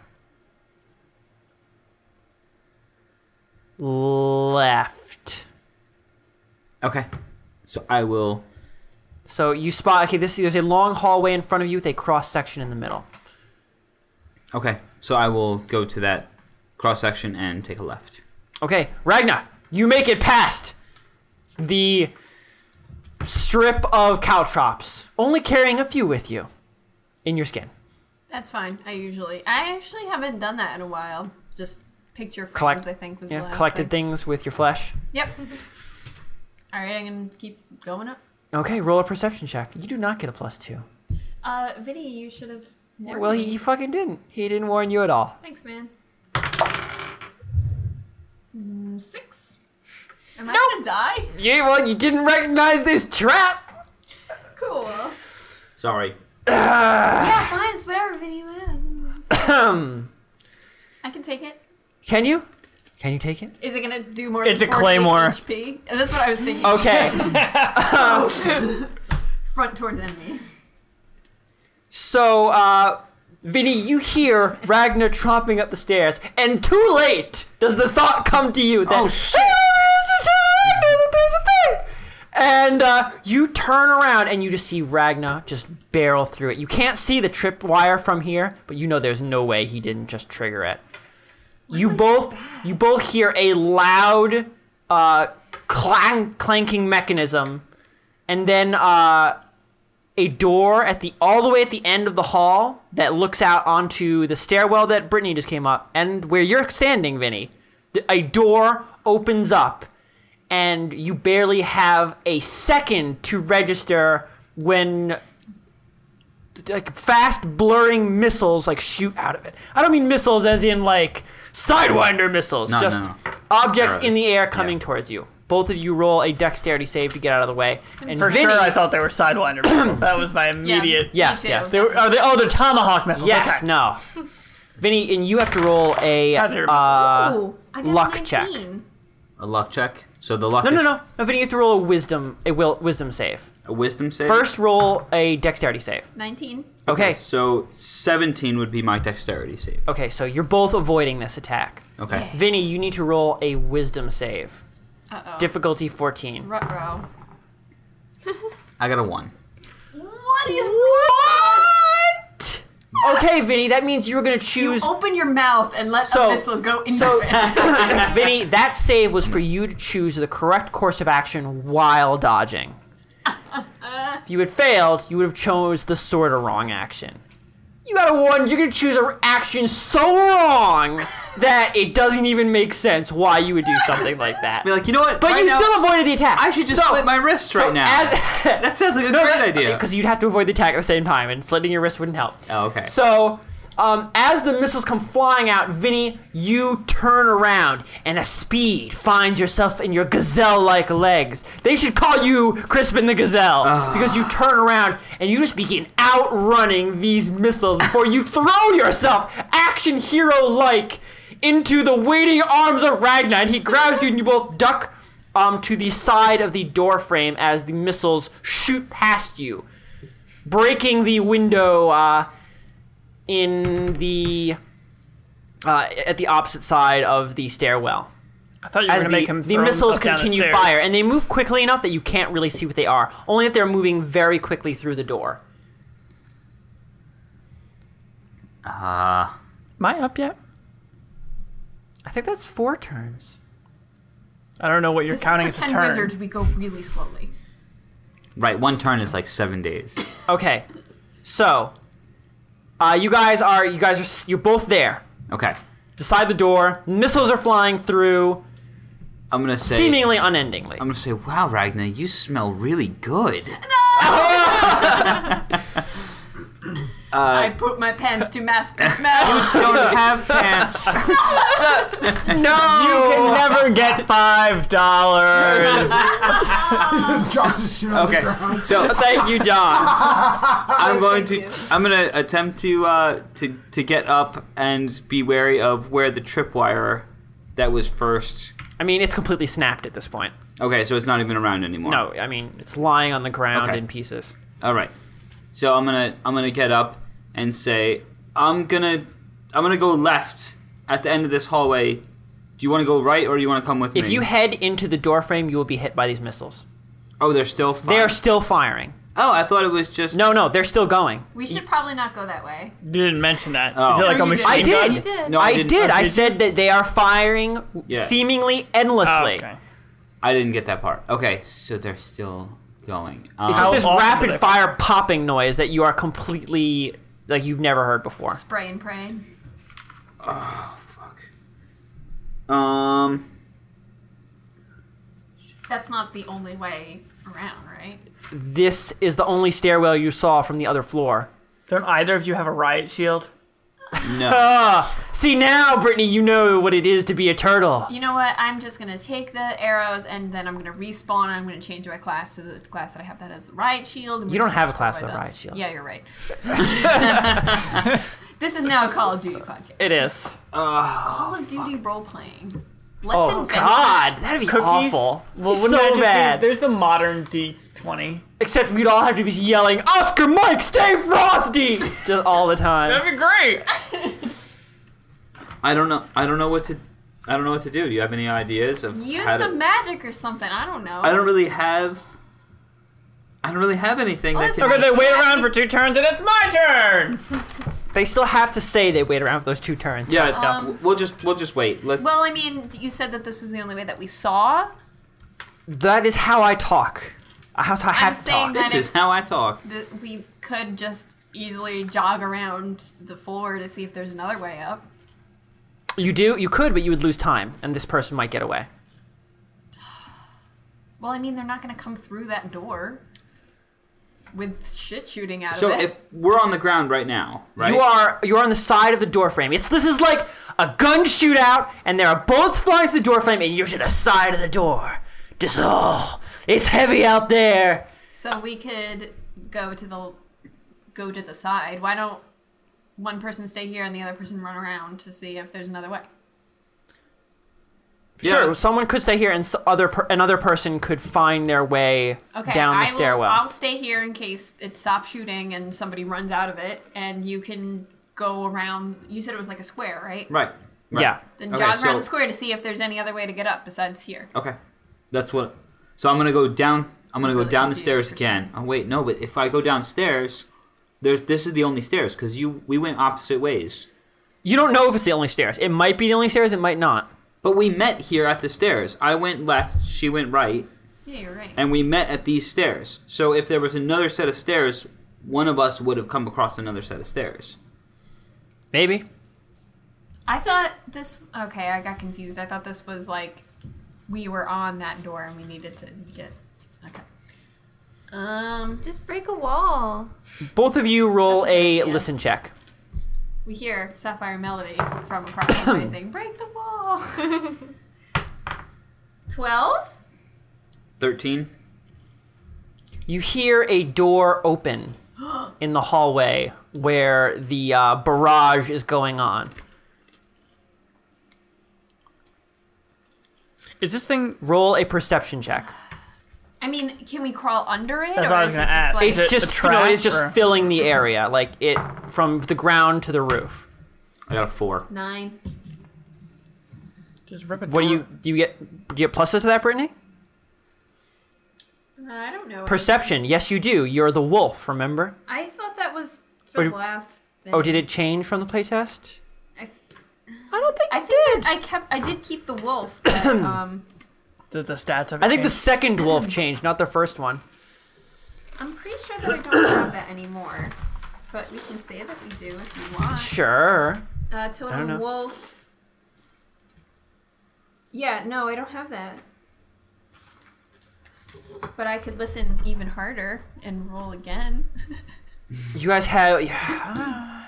left.
Okay. So I will.
So you spot okay. This there's a long hallway in front of you with a cross section in the middle.
Okay. So I will go to that cross section and take a left.
Okay, Ragna, you make it past the strip of caltrops, only carrying a few with you in your skin.
That's fine. I usually, I actually haven't done that in a while. Just picture frames,
Collect-
I think was the
Yeah,
last
collected
thing.
things with your flesh.
Yep. All right, I'm gonna keep going up.
Okay, roll a perception check. You do not get a plus two.
Uh, Vinny, you should have.
Yeah, well, he, he fucking didn't. He didn't warn you at all.
Thanks, man. Mm, Six. Am I gonna die?
Yeah, well, you didn't recognize this trap.
Cool.
Sorry.
yeah, fine. It's whatever, Vinny. whatever. I can take it.
Can you? Can you take it?
Is it gonna do more?
It's
than
a
48
claymore.
HP? That's what I was thinking.
Okay.
Front towards enemy.
So, uh, Vinny, you hear Ragnar tromping up the stairs, and too late does the thought come to you that.
Oh, shit.
"Hey, maybe we should tell Ragnar that there's a thing!" And uh, you turn around and you just see Ragnar just barrel through it. You can't see the tripwire from here, but you know there's no way he didn't just trigger it. You both, you both hear a loud, uh, clang, clanking mechanism, and then uh, a door at the all the way at the end of the hall that looks out onto the stairwell that Brittany just came up and where you're standing, Vinny. th- A door opens up, and you barely have a second to register when like fast blurring missiles like shoot out of it. I don't mean missiles as in like sidewinder missiles,
No,
just
no, no.
objects
Arrows.
in the air coming
Yeah.
towards you. Both of you roll a dexterity save to get out of the way. And
For
Vinny,
sure, I thought they were sidewinder missiles. That was my immediate.
Yes,
Me too.
yes.
They were, are they? Oh, they're tomahawk missiles.
Yes,
Okay.
no. Vinny, and you have to roll a
God, they're
uh,
Ooh, I got a
luck check.
19.
A luck check. So the luck
no,
is
no, no, no. Vinny, you have to roll a wisdom a will, wisdom save.
a wisdom save.
First, roll a dexterity save.
19.
Okay.
So 17 would be my dexterity save.
Okay, so you're both avoiding this attack.
Okay.
Vinny, you need to roll a wisdom save.
Uh oh.
Difficulty 14.
Rutro.
I got a one.
What is
What? Okay, Vinny, that means you were gonna choose.
You open your mouth and let
So-
a missile go in
so-
your head.
Vinny, that save was for you to choose the correct course of action while dodging. if you had failed, you would have chose the sort of wrong action. You got a one. You're gonna choose an action so wrong that it doesn't even make sense why you would do something like that.
Be like, you know what?
but
Right
you
now,
still avoided the attack.
I should just
So-
slit my wrist right
so
now.
as-
that sounds like a great idea.
Because you'd have to avoid the attack at the same time, and slitting your wrist wouldn't help.
Oh, okay.
So, um, as the missiles come flying out, Vinny, you turn around, and a speed finds yourself in your gazelle like legs. They should call you Crispin the Gazelle,
Ah.
because you turn around and you just begin outrunning these missiles before you throw yourself, action hero like, into the waiting arms of Ragnar. And he grabs you, and you both duck um, to the side of the door frame as the missiles shoot past you, breaking the window uh, in the uh, at the opposite side of the stairwell.
I thought you were
As
going
the,
to make him
the
throw
missiles
himself down the
continue
stairs.
fire, and they move quickly enough that you can't really see what they are, only that they're moving very quickly through the door.
Am I up yet?
I think that's four turns.
I don't know what you're
This is
counting as a
pretend
turn.
wizards, we go really slowly.
right, one turn is like seven days.
Okay, so uh, you guys are you guys are s- you're both there
Okay,
beside the door. Missiles are flying through,
I'm gonna say.
seemingly unendingly.
I'm gonna say, wow, Ragnar, you smell really good.
Uh,
I put my pants to mask the smell.
Don't have pants.
No,
You never get five dollars.
just drops his shit on
Okay,
the ground.
so
Thank you, John.
I'm going
Thank
to I'm gonna attempt to uh, to to get up and be wary of where the tripwire that was first.
I mean, it's completely snapped at this point.
Okay, so it's not even around anymore.
No, I mean, it's lying on the ground
Okay.
in pieces.
All right. So I'm gonna I'm gonna get up and say I'm gonna I'm gonna go left at the end of this hallway. Do you want to go right or do you want to come with me?
If you head into the doorframe, you will be hit by these missiles.
oh, they're still fine.
They are still firing.
oh, I thought it was just
No, no, they're still going.
we should probably not go that way.
you didn't mention that. Is
Oh.
it like
No,
a
you
machine
didn't.
I did.
You did.
No, I
I
didn't-
did.
oh,
I
did you?
said that they are firing
Yeah.
seemingly
Oh,
endlessly.
okay.
I didn't get that part. Okay, so they're still going. Um,
It's just
How
this
often do
rapid
they
fire popping noise that you are completely like you've never heard before.
Spray and praying.
um,
That's not the only way around, right?
This is the only stairwell you saw from the other floor.
Don't either of you have a riot shield?
no.
See now, Brittany, you know what it is to be a turtle.
You know what? I'm just gonna take the arrows and then I'm gonna respawn. I'm gonna change my class to the class that I have that has the riot shield. and
You
we're
don't
just
have a
gonna
class
destroy
with a
them.
riot shield.
Yeah, you're right. this is now a Call of Duty podcast.
It is.
Uh,
Call of Duty role playing. Let's
Oh
invent-
God, that'd be
Cookies?
awful.
Well, wouldn't that
so
just be-
bad.
there's the modern D20.
Except we'd all have to be yelling, Oscar Mike, stay frosty! Just all the time.
That'd be great.
I don't know. I don't know what to. I don't know what to do. Do you have any ideas of
Use
how to-
some magic or something. I don't know.
I don't really have. I don't really have anything
Oh,
that
that's
can.
They wait
Yeah, I
around
think-
for two turns and it's my turn.
They still have to say they wait around for those two turns.
Yeah,
Um,
w- we'll just we'll just wait. Let,
Well, I mean, you said that this was the only way that we saw.
That is how I talk. Uh, How I have
I'm
to
saying
talk.
that-
this is how I talk.
That we could just easily jog around the floor to see if there's another way up.
You do, you could, but you would lose time, and this person might get away.
Well, I mean, they're not going to come through that door with shit shooting out
So
of it.
if we're on the ground right now, right?
You are you are on the side of the doorframe. It's this is like a gun shootout, and there are bullets flying through the doorframe, and you're to the side of the door. Just oh, it's heavy out there.
so we could go to the go to the side. Why don't one person stay here and the other person run around to see if there's another way?
Sure,
Yeah.
someone could stay here, and s other per- another person could find their way
Okay,
down the
I
stairwell.
Will, I'll stay here in case it stops shooting and somebody runs out of it, and you can go around. You said it was like a square, right?
right. right.
Yeah.
Then
Okay,
jog around
so-
the square to see if there's any other way to get up besides here.
Okay, that's what. So I'm gonna go down I'm gonna go
really
down the
confused
stairs
for
again. Oh wait, no, but if I go downstairs, there's this is the only stairs because you we went opposite ways.
You don't know if it's the only stairs. It might be the only stairs. It might not.
But we met here at the stairs. I went left, she went right,
Yeah, you're right.
and we met at these stairs. So if there was another set of stairs, one of us would have come across another set of stairs.
Maybe.
I thought this. Okay, I got confused. I thought this was like we were on that door and we needed to get. Okay. Um,
Just break a wall.
Both of you roll
That's a
a,
good idea.
listen check.
we hear Sapphire Melody from across the way saying, "Break the wall." Twelve.
Thirteen.
You hear a door open in the hallway where the uh, barrage is going on.
Is this thing?
Roll a perception check.
I mean, can we crawl under it,
That's what
or
I was
is it
gonna
just
ask.
like?
It's
it
just
a
no, it is
trap,
just
or-
filling the area, like it from the ground to the roof.
I got a four.
Nine.
Just rip it.
What do you do? You get do you get pluses to that, Brittany?
I don't know.
Perception. Yes, you do. You're the wolf. Remember?
I thought that was
Or
for the
do-
last. Thing.
Oh, did it change from the playtest?
I-
I don't think
I think that I kept. I did keep the wolf. But, um,
The, the stats of.
I think the second wolf changed, not the first one.
I'm pretty sure that I don't have that anymore. But we can say that we do if you want.
Sure.
Uh,
I don't know.
total wolf. Yeah, no, I don't have that. But I could listen even harder and roll again.
You guys had yeah.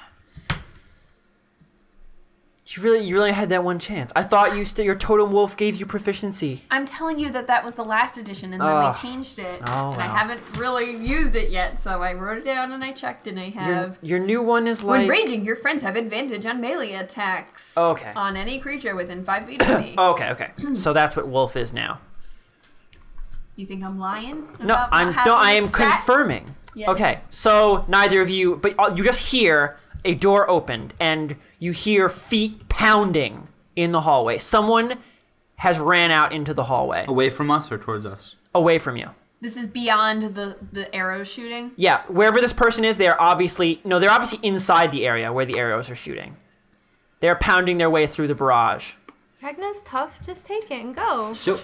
You really, you really had that one chance. I thought you still your totem wolf gave you proficiency.
I'm telling you that that was the last edition, and then
Ah.
they changed it,
Oh, wow.
and I haven't really used it yet. So I wrote it down and I checked, and I have.
Your, your new one is
when
like
raging, your friends have advantage on melee attacks.
Okay. Oh,
On any creature within five feet of me.
okay, okay. so that's what wolf is now.
You think I'm lying?
No,
about not
I'm
having
no, I
a
am
stat?
confirming.
Yes.
Okay, so neither of you, but uh, you just hear a door opened and you hear feet pounding in the hallway. Someone has ran out into the hallway
Away from us or towards us?
away from you.
This is beyond the the arrow shooting.
Yeah, wherever this person is, they are obviously no, they're obviously inside the area where the arrows are shooting. They're pounding their way through the barrage.
Ragna's tough. Just take it and go.
So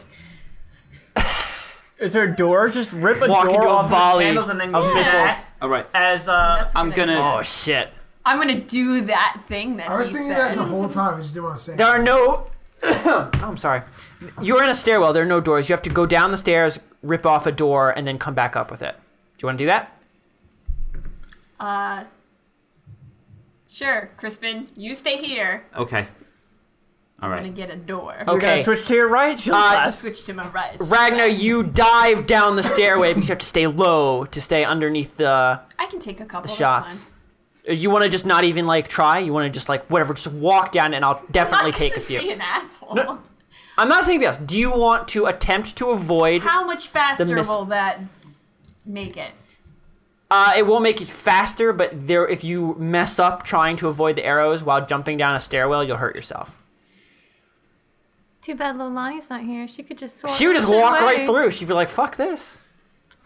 Is there a door? Just rip a
Walk
door
into a
off
volley
the handles and then
of
use
missiles.
that
all right.
As uh,
That's a
I'm
good
gonna-
idea.
Oh shit.
I'm gonna do that thing that
I was
he
thinking
said.
that the whole time. I just didn't want to say. it.
There are no oh, I'm sorry. You're in a stairwell, there are no doors. You have to go down the stairs, rip off a door, and then come back up with it. Do you wanna do that?
uh, sure, Crispin, you stay here.
Okay. All
I'm
right.
gonna get a door.
you're
Okay.
gonna switch to your right shield
Uh,
I
class.
switch to my right.
Ragnar, you dive down the stairway because you have to stay low to stay underneath the
I can take a couple that's
shots. Uh,
fine.
You want to just not even like try? You want to just like whatever, just walk down and I'll definitely
I'm not
take a
gonna
few.
Be an asshole.
I'm not saying yes. Do you want to attempt to avoid?
How much faster
miss-
will that make it?
Uh, it will make it faster, but there, if you mess up trying to avoid the arrows while jumping down a stairwell, you'll hurt yourself.
Too bad Lolani's not here. She could just. swat
She would
that
just
shit
walk
away.
right through. She'd be like, "Fuck this."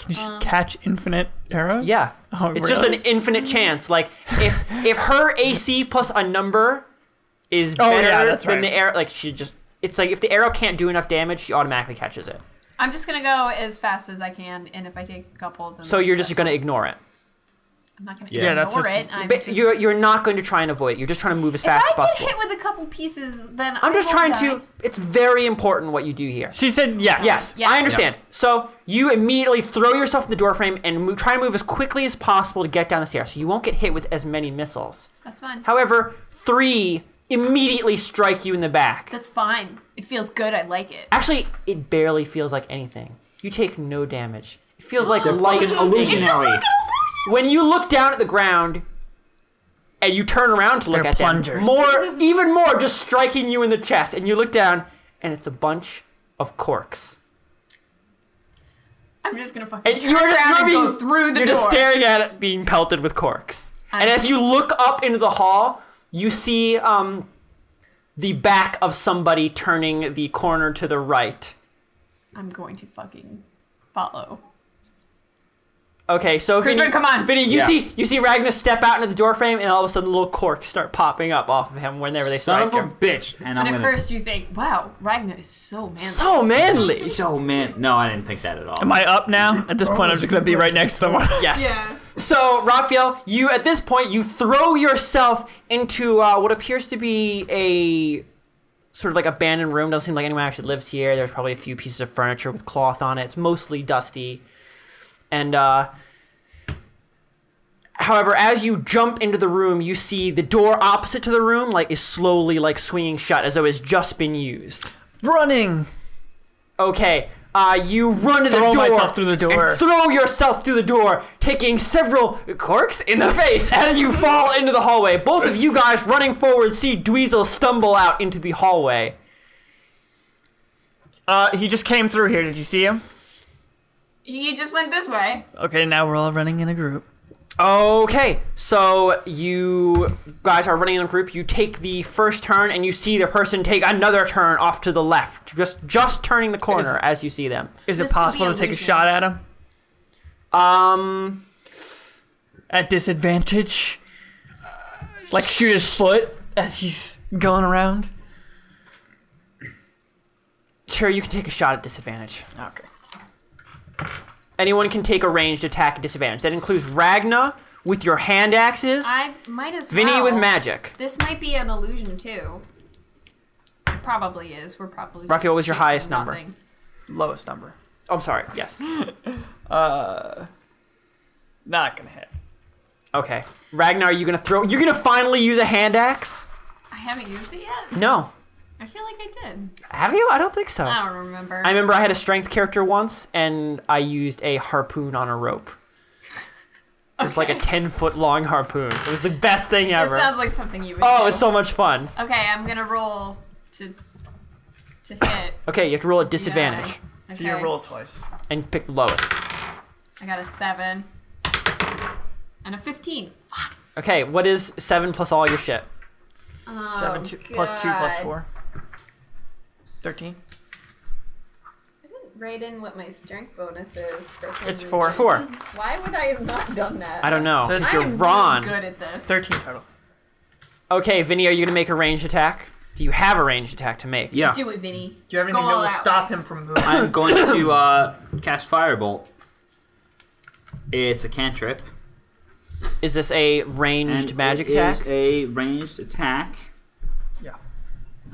you should catch infinite arrows.
Yeah,
Oh,
it's just an
really?
infinite chance. Like if if her AC plus a number is
Oh, yeah,
better
that's
than
right.
the arrow, like she just. It's like if the arrow can't do enough damage, she automatically catches it.
I'm just gonna go as fast as I can, and if I take a couple, then
So you're just going to ignore it.
I'm not gonna
Yeah,
that's
ignore
just-
it. I'm
But
just-
you're you're not going to try and avoid it. You're just trying to move as
if
fast
I
as possible.
get hit with a couple pieces, then
I'm
I
just
will
trying
die.
to. It's very important what you do here.
She said yes.
Yes,
Yes.
I understand. So you immediately throw yourself in the doorframe and move, try to move as quickly as possible to get down the stairs. So you won't get hit with as many missiles.
That's fine.
However, three immediately strike you in the back.
That's fine. It feels good. I like it.
Actually, it barely feels like anything. You take no damage. It feels like light
Fucking illusionary.
When you look down at the ground and you turn around to look
They're
at
plungers.
them, more, even more, just striking you in the chest. And you look down, and it's a bunch of corks.
I'm just gonna fucking
And
turn
you're, just,
around
you're,
and
being,
go through the
you're
door.
just staring at it being pelted with corks. and
I'm-
as you look up into the hall, you see um, the back of somebody turning the corner to the right.
I'm going to fucking follow.
Okay, so
Crispin,
Vinny,
come on.
Vinny, you
Yeah.
see you see Ragnar step out into the doorframe, and all of a sudden, little corks start popping up off of him whenever they
Son
strike
of a
him.
bitch. And
And
I'm
at
gonna.
first you think, wow, Ragnar is so manly.
So manly.
So man, no, I didn't think that at all.
Am I up now? At this point, I'm just gonna be right next to them.
Yes. So, Raphael, you at this point you throw yourself into uh, what appears to be a sort of like abandoned room. Doesn't seem like anyone actually lives here. There's probably a few pieces of furniture with cloth on it. It's mostly dusty. And uh, however, as you jump into the room, you see the door opposite to the room like is slowly like swinging shut as though it's just been used.
Running.
Okay. Uh, you run to
Throw
the door.
myself through the door.
And throw yourself through the door, taking several corks in the face, and you fall into the hallway. Both of you guys running forward see Dweezil stumble out into the hallway.
Uh, he just came through here. Did you see him?
He just went this way.
Okay, now we're all running in a group.
Okay, so you guys are running in a group. You take the first turn, and you see the person take another turn off to the left, just just turning the corner
Is-
as you see them.
Is
This
it
could
possible
be
to take a
illusions.
shot at him
Um,
at disadvantage? Like shoot his foot as he's going around.
sure, you can take a shot at disadvantage.
Okay.
Anyone can take a ranged attack at disadvantage. That includes Ragna with your hand axes,
I might as well.
Vinny with magic.
This might be an illusion too. It probably is. We're probably. just
Raphael, what was your
chasing
highest number?
nothing.
Lowest number.
Oh, I'm sorry. Yes.
Not gonna hit.
Okay. Ragnar, are you gonna throw? You're gonna finally use a hand axe?
I haven't used it yet.
No.
I feel like I did.
Have you? I don't think so.
I don't remember.
I remember I had a strength character once, and I used a harpoon on a rope. It was like a ten foot long harpoon. It was the best thing
That
ever.
sounds like something you would.
oh,
do.
it was so much fun.
Okay, I'm gonna roll to to hit.
Okay, you have to roll at disadvantage
So
Okay.
you roll twice.
and pick the lowest.
I got a seven and a fifteen.
Okay, what is seven plus all your shit?
Oh,
Seven two, plus two plus
God.
four. Thirteen.
I didn't write in what my strength bonus is. For some
It's
reason.
four.
Four.
Why would I have not done that?
I don't know.
So it's
you're
I'm
Ron.
Really good at this.
Thirteen total.
Okay, Vinny, are you gonna make a ranged attack? Do you have a ranged attack to make?
yeah,
Do it, Vinny.
Do you have anything
Go
that
all
will
out.
stop him from moving?
I'm going to uh, cast firebolt. It's a cantrip.
Is this a ranged
And
magic
it
attack?
is a ranged attack.
yeah.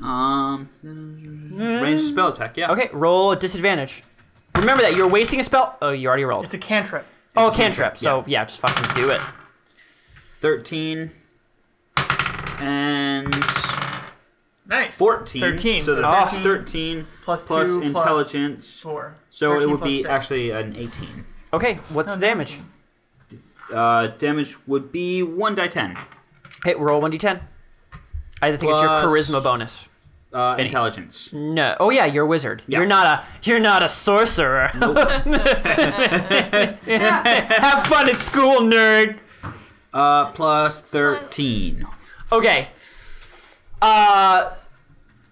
Um, ranged spell attack. Yeah.
Okay, roll at disadvantage. Remember that you're wasting a spell. Oh, you already rolled.
It's a cantrip.
oh,
a
cantrip.
cantrip,
So yeah, just fucking do it.
Thirteen and
Nice.
fourteen.
Thirteen. Ah.
So the
Oh.
13,
plus
plus
two plus
intelligence.
four.
so it
13
would
plus
be
six.
actually an eighteen.
Okay, what's
Oh,
the damage?
Uh, damage would be one die ten.
Hey, roll one d10. I think
Plus-
it's your charisma bonus.
Uh, intelligence.
No. Oh yeah, you're a wizard.
Yeah.
You're not a. You're not a sorcerer. Have fun at school, nerd.
Uh, plus thirteen.
Okay. Uh,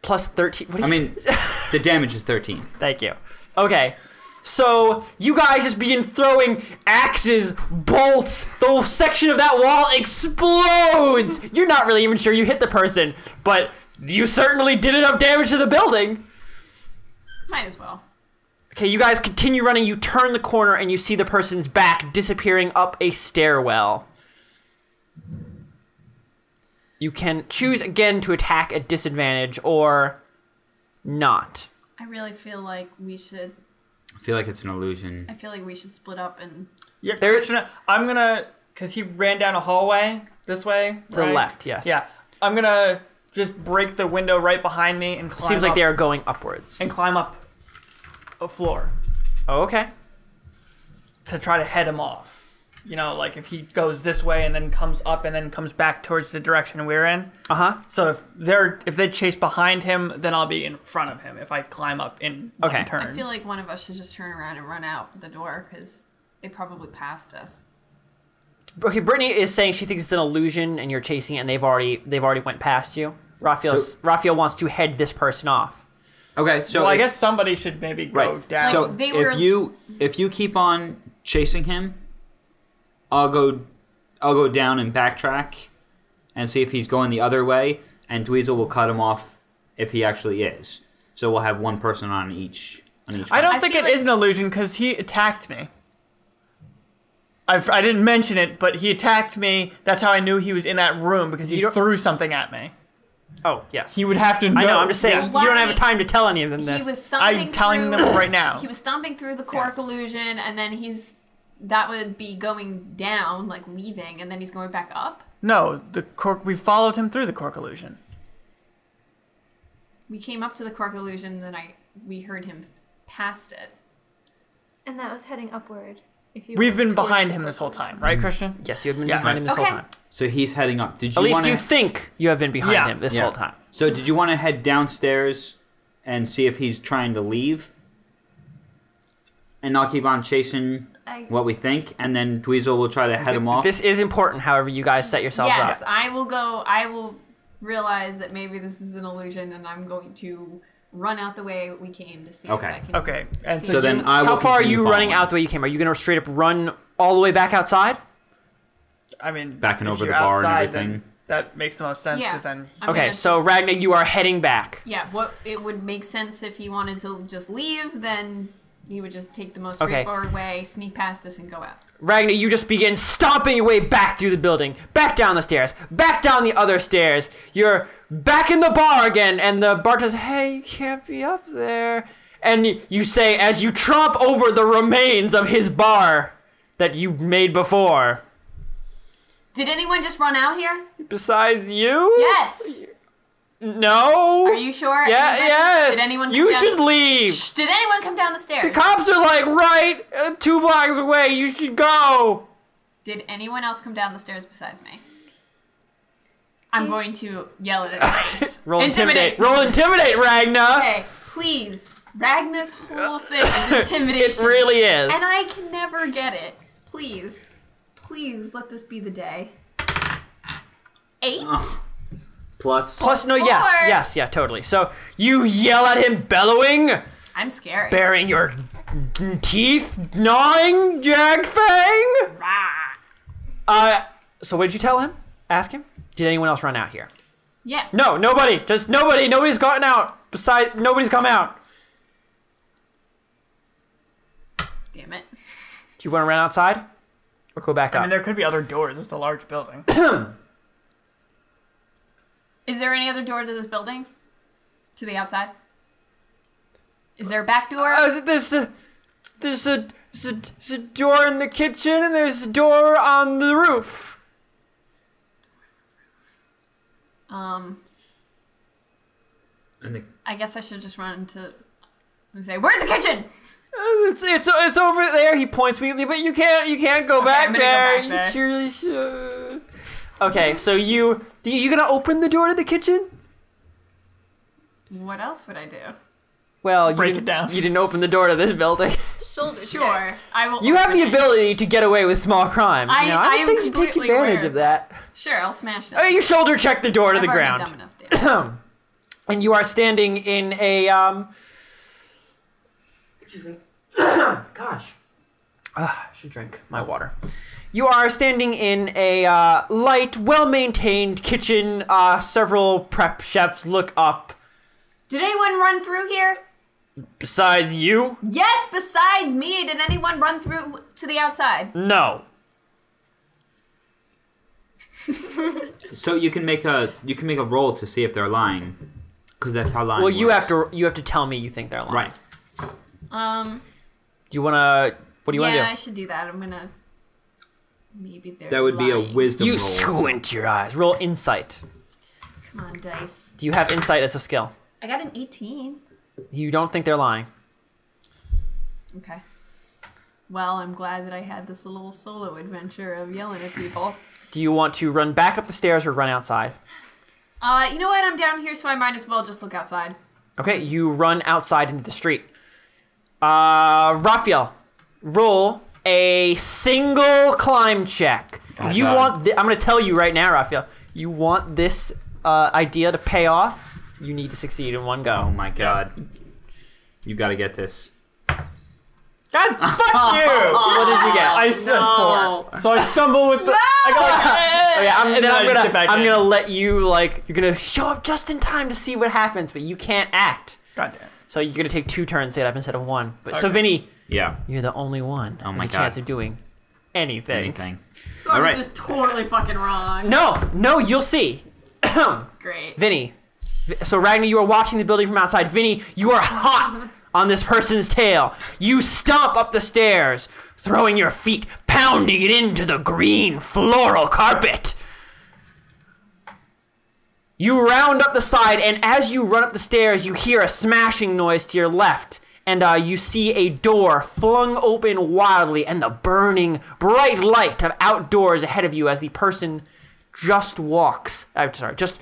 plus thirteen. What do
I
you
mean, the damage is thirteen.
Thank you. Okay. So you guys just begin throwing axes, bolts. The whole section of that wall explodes. You're not really even sure you hit the person, but you certainly did enough damage to the building.
Might as well.
Okay, you guys continue running. You turn the corner and you see the person's back disappearing up a stairwell. You can choose again to attack at disadvantage or not.
I really feel like we should.
I feel like it's an illusion.
I feel like we should split up and.
Yeah,
There-
Krishna, I'm gonna, cause he ran down a hallway this way.
To the
right?
left, yes.
Yeah, I'm gonna just break the window right behind me and climb.
Seems like
up-
they are going upwards.
and climb up a floor
Oh, okay.
to try to head him off. You know, like if he goes this way and then comes up and then comes back towards the direction we're in.
Uh huh.
So if they're if they chase behind him, then I'll be in front of him if I climb up in one
Okay. I
turn.
I feel like one of us should just turn around and run out the door because they probably passed us.
Okay, Brittany is saying she thinks it's an illusion, and you're chasing it, and they've already they've already went past you. Raphael
So-
Raphael wants to head this person off.
Okay, so
well, I
if-
guess somebody should maybe go
right.
down.
So
Like, they were-
if you if you keep on chasing him, I'll go, I'll go down and backtrack, and see if he's going the other way. And Dweezil will cut him off if he actually is. So we'll have one person on each. On each
I don't
I
think it
feel
is
like-
an illusion because he attacked me. I, I didn't mention it, but he attacked me. That's how I knew he was in that room because he
You don't-
threw something at me.
Oh yes,
He would have to know.
I know. I'm just saying
Yeah.
Why-
you don't have time to tell any of them
He
this.
was stomping
I'm telling
through,
them right now.
He was stomping through the cork illusion, and then he's that would be going down, like leaving, and then he's going back up.
No, the cork. We followed him through the cork illusion.
We came up to the cork illusion, and then I we heard him past it.
And that was heading upward. If you
We've
were
been
towards
behind
the
him this whole
cork.
time, right, Christian?
yes, you have been
Yeah.
behind him this
Okay.
whole time.
So he's heading up. Did you
At least
wanna,
you think you have been behind
Yeah.
him this
Yeah.
whole time.
So did you want to head downstairs and see if he's trying to leave? And I'll keep on chasing
I-
what we think, and then Dweezil will try to head him off.
This is important. However, you guys set yourselves
yes,
up.
I will go. I will realize that maybe this is an illusion, and I'm going to run out the way we came to see
Okay.
if I can.
Okay. And
so then I will.
How far are
continue
you running
following.
out the way you came? Are you going to straight up run all the way back outside?
I mean,
Backing
if
over the
you're
bar and
outside, then
everything.
That makes the most sense
Yeah.
because then
I'm
okay,
gonna
so
just-
Ragnar, you are heading back.
Yeah, what it would make sense if he wanted to just leave, then he would just take the most
Okay.
straightforward way, sneak past us, and go out.
Ragnar, you just begin stomping your way back through the building, back down the stairs, back down the other stairs. You're back in the bar again, and the bartender says, Hey, you can't be up there. And you say, as you tromp over the remains of his bar that you made before,
Did anyone just run out here?
Besides you?
Yes.
No.
Are you sure?
Yeah.
Anybody-
yes.
Did anyone? Come
you
down
should leave.
Shh, did anyone come down the stairs?
The cops are like right uh, two blocks away. You should go.
did anyone else come down the stairs besides me? I'm going to yell at his face.
Roll intimidate. Roll intimidate, Ragna.
Okay, please. Ragna's whole thing is intimidation.
It really is.
And I can never get it. Please, please let this be the day. Eight.
Plus,
Plus, no, yes,
Four.
yes, yeah, totally. So you yell at him, bellowing,
I'm scary.
baring your teeth, gnawing, jagfang.
Rah.
Uh, so what did you tell him? Ask him. Did anyone else run out here?
Yeah.
No, nobody. Just nobody. Nobody's gotten out. Besides, nobody's come out.
Damn it.
Do you want to run outside or go back
I
up?
mean there could be other doors. It's a large building.
Is there any other door to this building? To the outside? Is there a back door?
Uh, there's a there's a, there's a there's a door in the kitchen and there's a door on the roof.
um,
and the,
I guess I should just run to and say, "Where's the kitchen?"
Uh, It's it's it's over there. He points weakly, but you can't you can't go back
I'm gonna go
there.
back there.
You surely should. Okay, so you do you you gonna open the door to the kitchen?
What else would I do?
Well, you
Break it
didn't-
down.
You didn't open the door to this building.
Shoulder check.
Sure, I will.
You have
open
the
it.
ability to get away with small crimes.
I-
you know, I,
I
don't
am
think you take
completely
advantage
aware
of
of
that.
Sure, I'll smash it.
Uh, you shoulder check the door to
I've
the
already
ground.
Dumb enough, damn it.
and you are standing in a um excuse me gosh Ah, I should drink my water you are standing in a uh, light well-maintained kitchen uh, several prep chefs look up
Did anyone run through here?
besides you
Yes. Besides me, did anyone run through to the outside?
no
so you can make a you can make a roll to see if they're lying, because that's how lying.
well you
works.
have to you have to tell me you think they're lying
Right.
Um.
do you want to what do Hmm. you
yeah, I
want to
should do that. I'm gonna. Maybe they're.
That would be a
lying.
do
wisdom
you
roll.
squint your eyes roll insight
Come on, dice.
do you have insight as a skill
I got an 18.
you don't think they're lying
Okay. Well, I'm glad that I had this little solo adventure of yelling at people.
do you want to run back up the stairs or run outside
Uh, you know what? I'm down here, so I might as well just look outside.
Okay, you run outside into the street. Uh, Raphael, roll a single climb check. If you
Oh God.
want, th- I'm going to tell you right now, Raphael. You want this uh, idea to pay off? You need to succeed in one
Oh
go.
my god. You got to get this.
God, fuck you! what did you get?
I said four. So I stumble with the. I go like,
Okay, I'm,
And
then
I
I'm
just
gonna
sit back
I'm
in.
gonna let you like you're gonna show up just in time to see what happens, but you can't act.
God damn.
So you're gonna take two turns to get up instead of one. But so Vinny,
Yeah.
you're the only one
Oh
with
my
a chance
God.
of doing anything.
Anything.
So I
All
was
right.
just totally fucking wrong.
No, no, you'll see.
Great.
Vinny. Vi- So Ragnar, you are watching the building from outside. Vinny, you are hot on this person's tail. You stomp up the stairs, throwing your feet, pounding it into the green floral carpet. You round up the side, and as you run up the stairs, you hear a smashing noise to your left, and uh, you see a door flung open wildly, and the burning, bright light of outdoors ahead of you as the person just walks. I'm sorry, just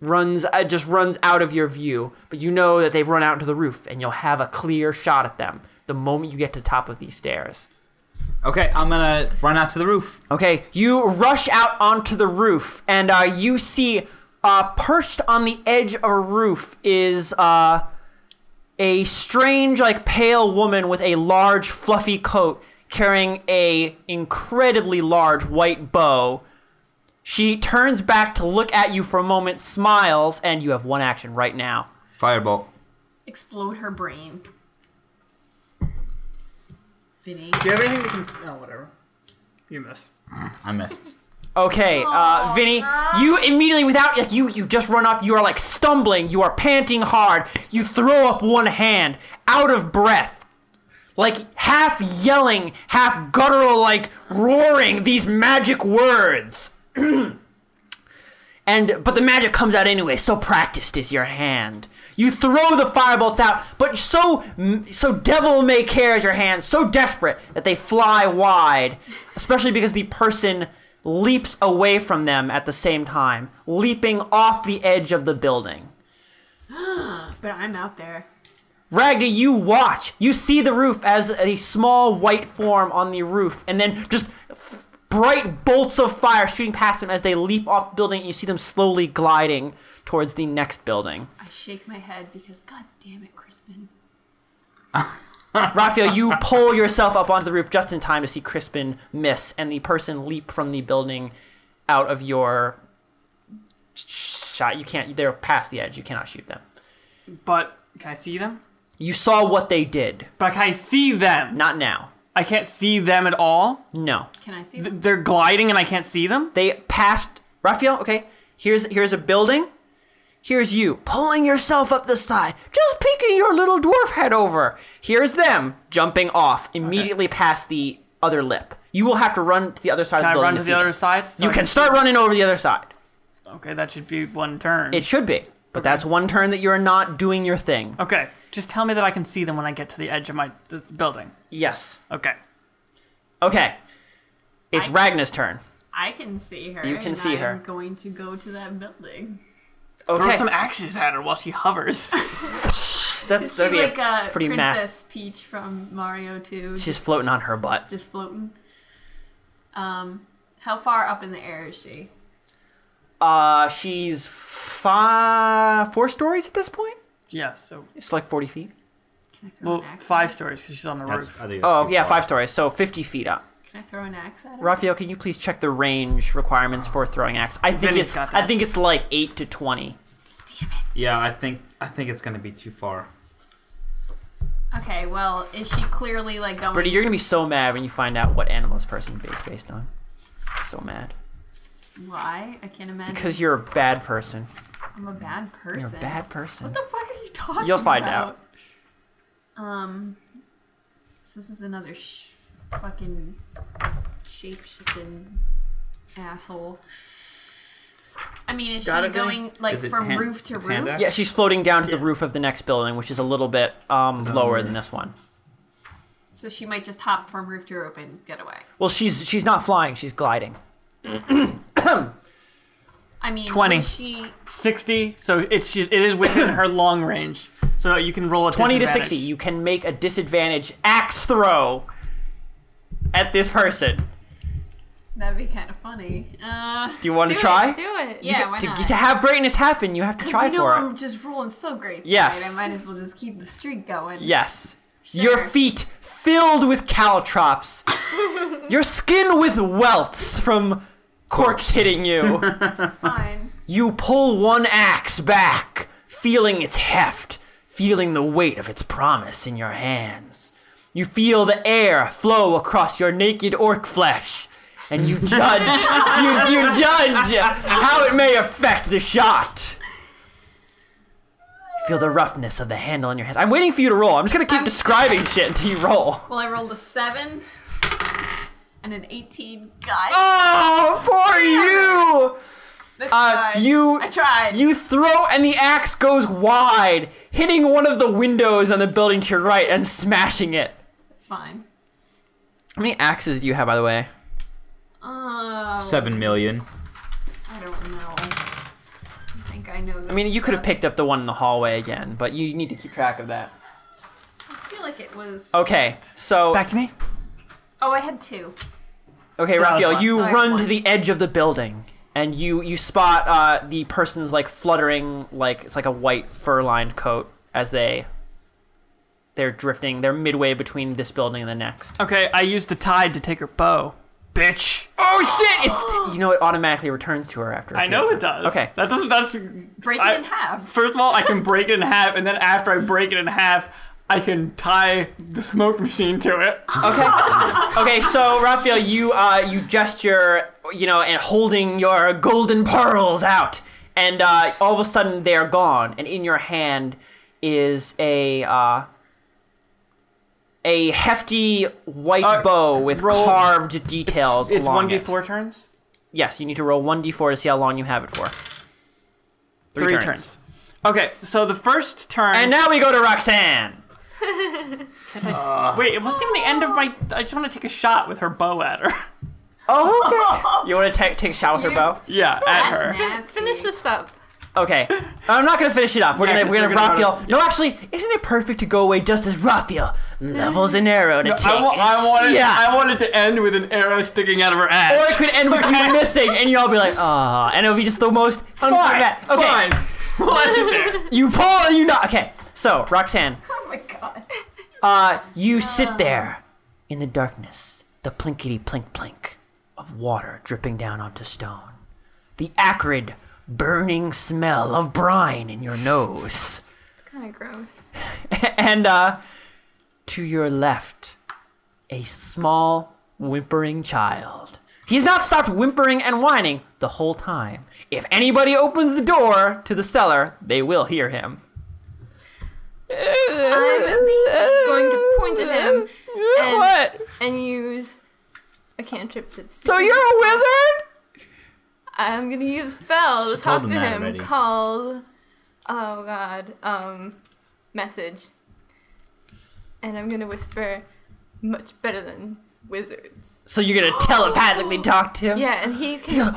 runs uh, just runs out of your view, but you know that they've run out into the roof, and you'll have a clear shot at them the moment you get to the top of these stairs.
Okay, I'm gonna run out to the roof.
Okay, you rush out onto the roof, and uh, you see uh, perched on the edge of a roof is uh, a strange, like pale woman with a large, fluffy coat, carrying a incredibly large white bow. She turns back to look at you for a moment, smiles, and you have one action right now.
Firebolt.
Explode her brain. Vinny.
Do you have anything that can? No, whatever. You miss.
I missed.
Okay, uh, Vinny, you immediately, without like you, you just run up. You are like stumbling. You are panting hard. You throw up one hand, out of breath, like half yelling, half guttural, like roaring these magic words. and but the magic comes out anyway. So practiced is your hand. You throw the firebolts out, but so so devil may care is your hand so desperate that they fly wide, especially because the person leaps away from them at the same time, leaping off the edge of the building.
But I'm out there.
Ragna, you watch. You see the roof as a small white form on the roof, and then just f- bright bolts of fire shooting past them as they leap off the building. And you see them slowly gliding towards the next building.
I shake my head because, god damn it, Crispin.
Raphael, you pull yourself up onto the roof just in time to see Crispin miss and the person leap from the building out of your shot. You can't. They're past the edge. You cannot shoot them.
But can I see them?
You saw what they did.
But can I see them?
Not now.
I can't see them at all.
No.
Can I see
Th-
them?
They're gliding and I can't see them.
They passed Raphael. Okay, here's here's a building. Here's you pulling yourself up the side, just peeking your little dwarf head over. Here's them jumping off immediately past the other lip. You will have to run to the other side
Can
of the
I
building.
run to
see
the other
them.
side? So
You
I
can start running over the other side.
Okay, that should be one turn.
It should be, but that's one turn that you're not doing your thing.
okay, just tell me that I can see them when I get to the edge of my the building.
Yes.
Okay.
Okay. It's
I-
Ragnar's turn.
I can see her.
You can
and
see her.
I'm going to go to that building.
Okay.
Throw some axes at her while she hovers.
that's
Is she
that'd be a
like a
pretty
Princess
mass.
Peach from Mario 2?
She's floating on her butt.
just floating. Um, how far up in the air is she?
Uh, she's five, four stories at this point.
yeah, so
It's like 40 feet.
Can I throw
well,
an axe?
five stories because she's on the
That's,
roof.
I think that's
Oh,
too
yeah,
far.
five stories. So 50 feet up.
Can I throw an axe at her?
Raphael, can you please check the range requirements for throwing axe? I think
Vinny's
it's
got
I
that.
think it's like 8 to 20.
Yeah, I think I think it's gonna be too far.
Okay, well, is she clearly like going?
Brittany, you're going to be so mad when you find out what animal this person is based on. So mad.
Why? I can't imagine.
Because Mm-hmm. you're a bad person.
I'm a bad person.
You're a bad person.
What the fuck are you talking?
You'll find
about? Um, so this is another sh- fucking shapeshifting asshole. I mean, is
Got
she
it, Vinny?
going like
Is it
from
hand-
roof to
it's
roof?
hand axe?
Yeah, she's floating down to the roof of the next building, which is a little bit um, lower than this one.
So she might just hop from roof to roof and get away.
Well, she's she's not flying, she's gliding.
I mean,
20.
would she
Sixty. So it's she's, it is within her long range. So you can roll a
20 to 60, you can make a disadvantage axe throw at this person.
That'd be kind of funny. Uh,
Do you want to
Do
try?
It, do it.
You
yeah,
get-
why
to,
not?
to have greatness happen, you have to
'Cause
try
you know
for it.
I'm just rolling so great.
Yes.
Tonight. I might as well just keep the streak going.
Yes.
Sure.
Your feet filled with caltrops, your skin with welts from corks hitting you.
Fine.
You pull one axe back, feeling its heft, feeling the weight of its promise in your hands. You feel the air flow across your naked orc flesh, and you judge, you, you judge how it may affect the shot. You Feel the roughness of the handle in your hands. I'm waiting for you to roll. I'm just gonna keep
I'm-
describing shit until you roll.
Well, I rolled a seven and an eighteen. God,
Oh, for you!
I
Uh,
tried.
you
I tried.
You throw and the axe goes wide, hitting one of the windows on the building to your right and smashing it.
It's fine.
How many axes do you have, by the way?
Uh,
Seven million.
I don't know. I think I know. This
I mean, you could have picked up the one in the hallway again, but you need to keep track of that.
I feel like it was.
Okay, so
to me.
Oh, I had two.
okay,
So I was
Raphael,
one.
you
So I have
run
one.
to the edge of the building and you you spot uh, the person's like fluttering like it's like a white fur-lined coat as they they're drifting. They're midway between this building and the next.
Okay, I used the tide to take her bow. Bitch.
Oh shit! It's you know it automatically returns to her after. a
I know
period
it
of time.
does.
Okay.
That doesn't. That's
Break it
I-
in half.
First of all, I can break it in half, and then after I break it in half, I can tie the smoke machine to it.
Okay. okay. So Raphael, you uh you gesture, you know, and holding your golden pearls out, and uh, all of a sudden they are gone, and in your hand is a uh a hefty white
Uh,
bow with
roll-
carved details
It's
along
one d four turns.
it. Yes, you need to roll one d4 to see how long you have it for.
Three, turns. Okay, so the first turn.
And now we go to Roxanne.
wait, it wasn't even the end of my. I just want to take a shot with her bow at her.
Oh, okay. you want to take take a shot with her bow?
yeah, at her.
That's nasty.
Finish this up.
Okay. I'm not gonna finish it up. We're
Yeah,
gonna
'cause
we're gonna
they're gonna
Raphael. No, actually, isn't it perfect to go away just as Raphael levels an arrow to take?
I, wa- I wanted.
Yeah.
I wanted to end with an arrow sticking out of her
or it
ass.
could end with you missing, and you'll be like, ah, and it'll be just the most
Fine.
unforgettable- Okay,
Fine. Let it there.
you pull, and you not. Okay, so Roxanne,
Oh my god.
uh, you sit there in the darkness, the plinkety plink plink of water dripping down onto stone, the acrid, burning smell of brine in your nose.
It's kind of gross.
and uh, to your left, a small whimpering child. He's not stopped whimpering and whining the whole time. If anybody opens the door to the cellar, they will hear him.
I'm going to point at him and,
what?
and use a cantrip that's.
So you're a wizard?
I'm gonna use a spell
She
to talk
told
to
him that
him
already.
called Oh god, um message. And I'm gonna whisper much better than wizards.
So you're gonna telepathically talk to him?
Yeah, and he can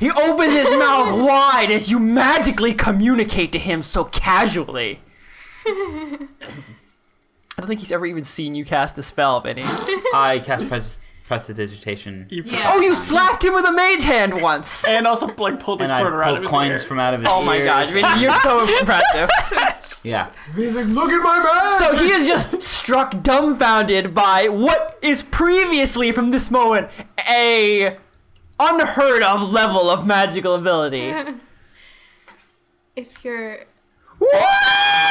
He opens his mouth wide as you magically communicate to him so casually. I don't think he's ever even seen you cast a spell, Vinny.
I cast pres- prestidigitation
You put-
Yeah.
Oh, you slapped him with a mage hand once.
And also like pulled a
and I
quarter out of
pulled
his
coins
ear.
from out of his
Oh my god,
ears.
Vinny, you're so impressive.
Yeah.
He's like, look at my magic.
So he is just struck dumbfounded by what is previously, from this moment, a unheard of level of magical ability.
if you're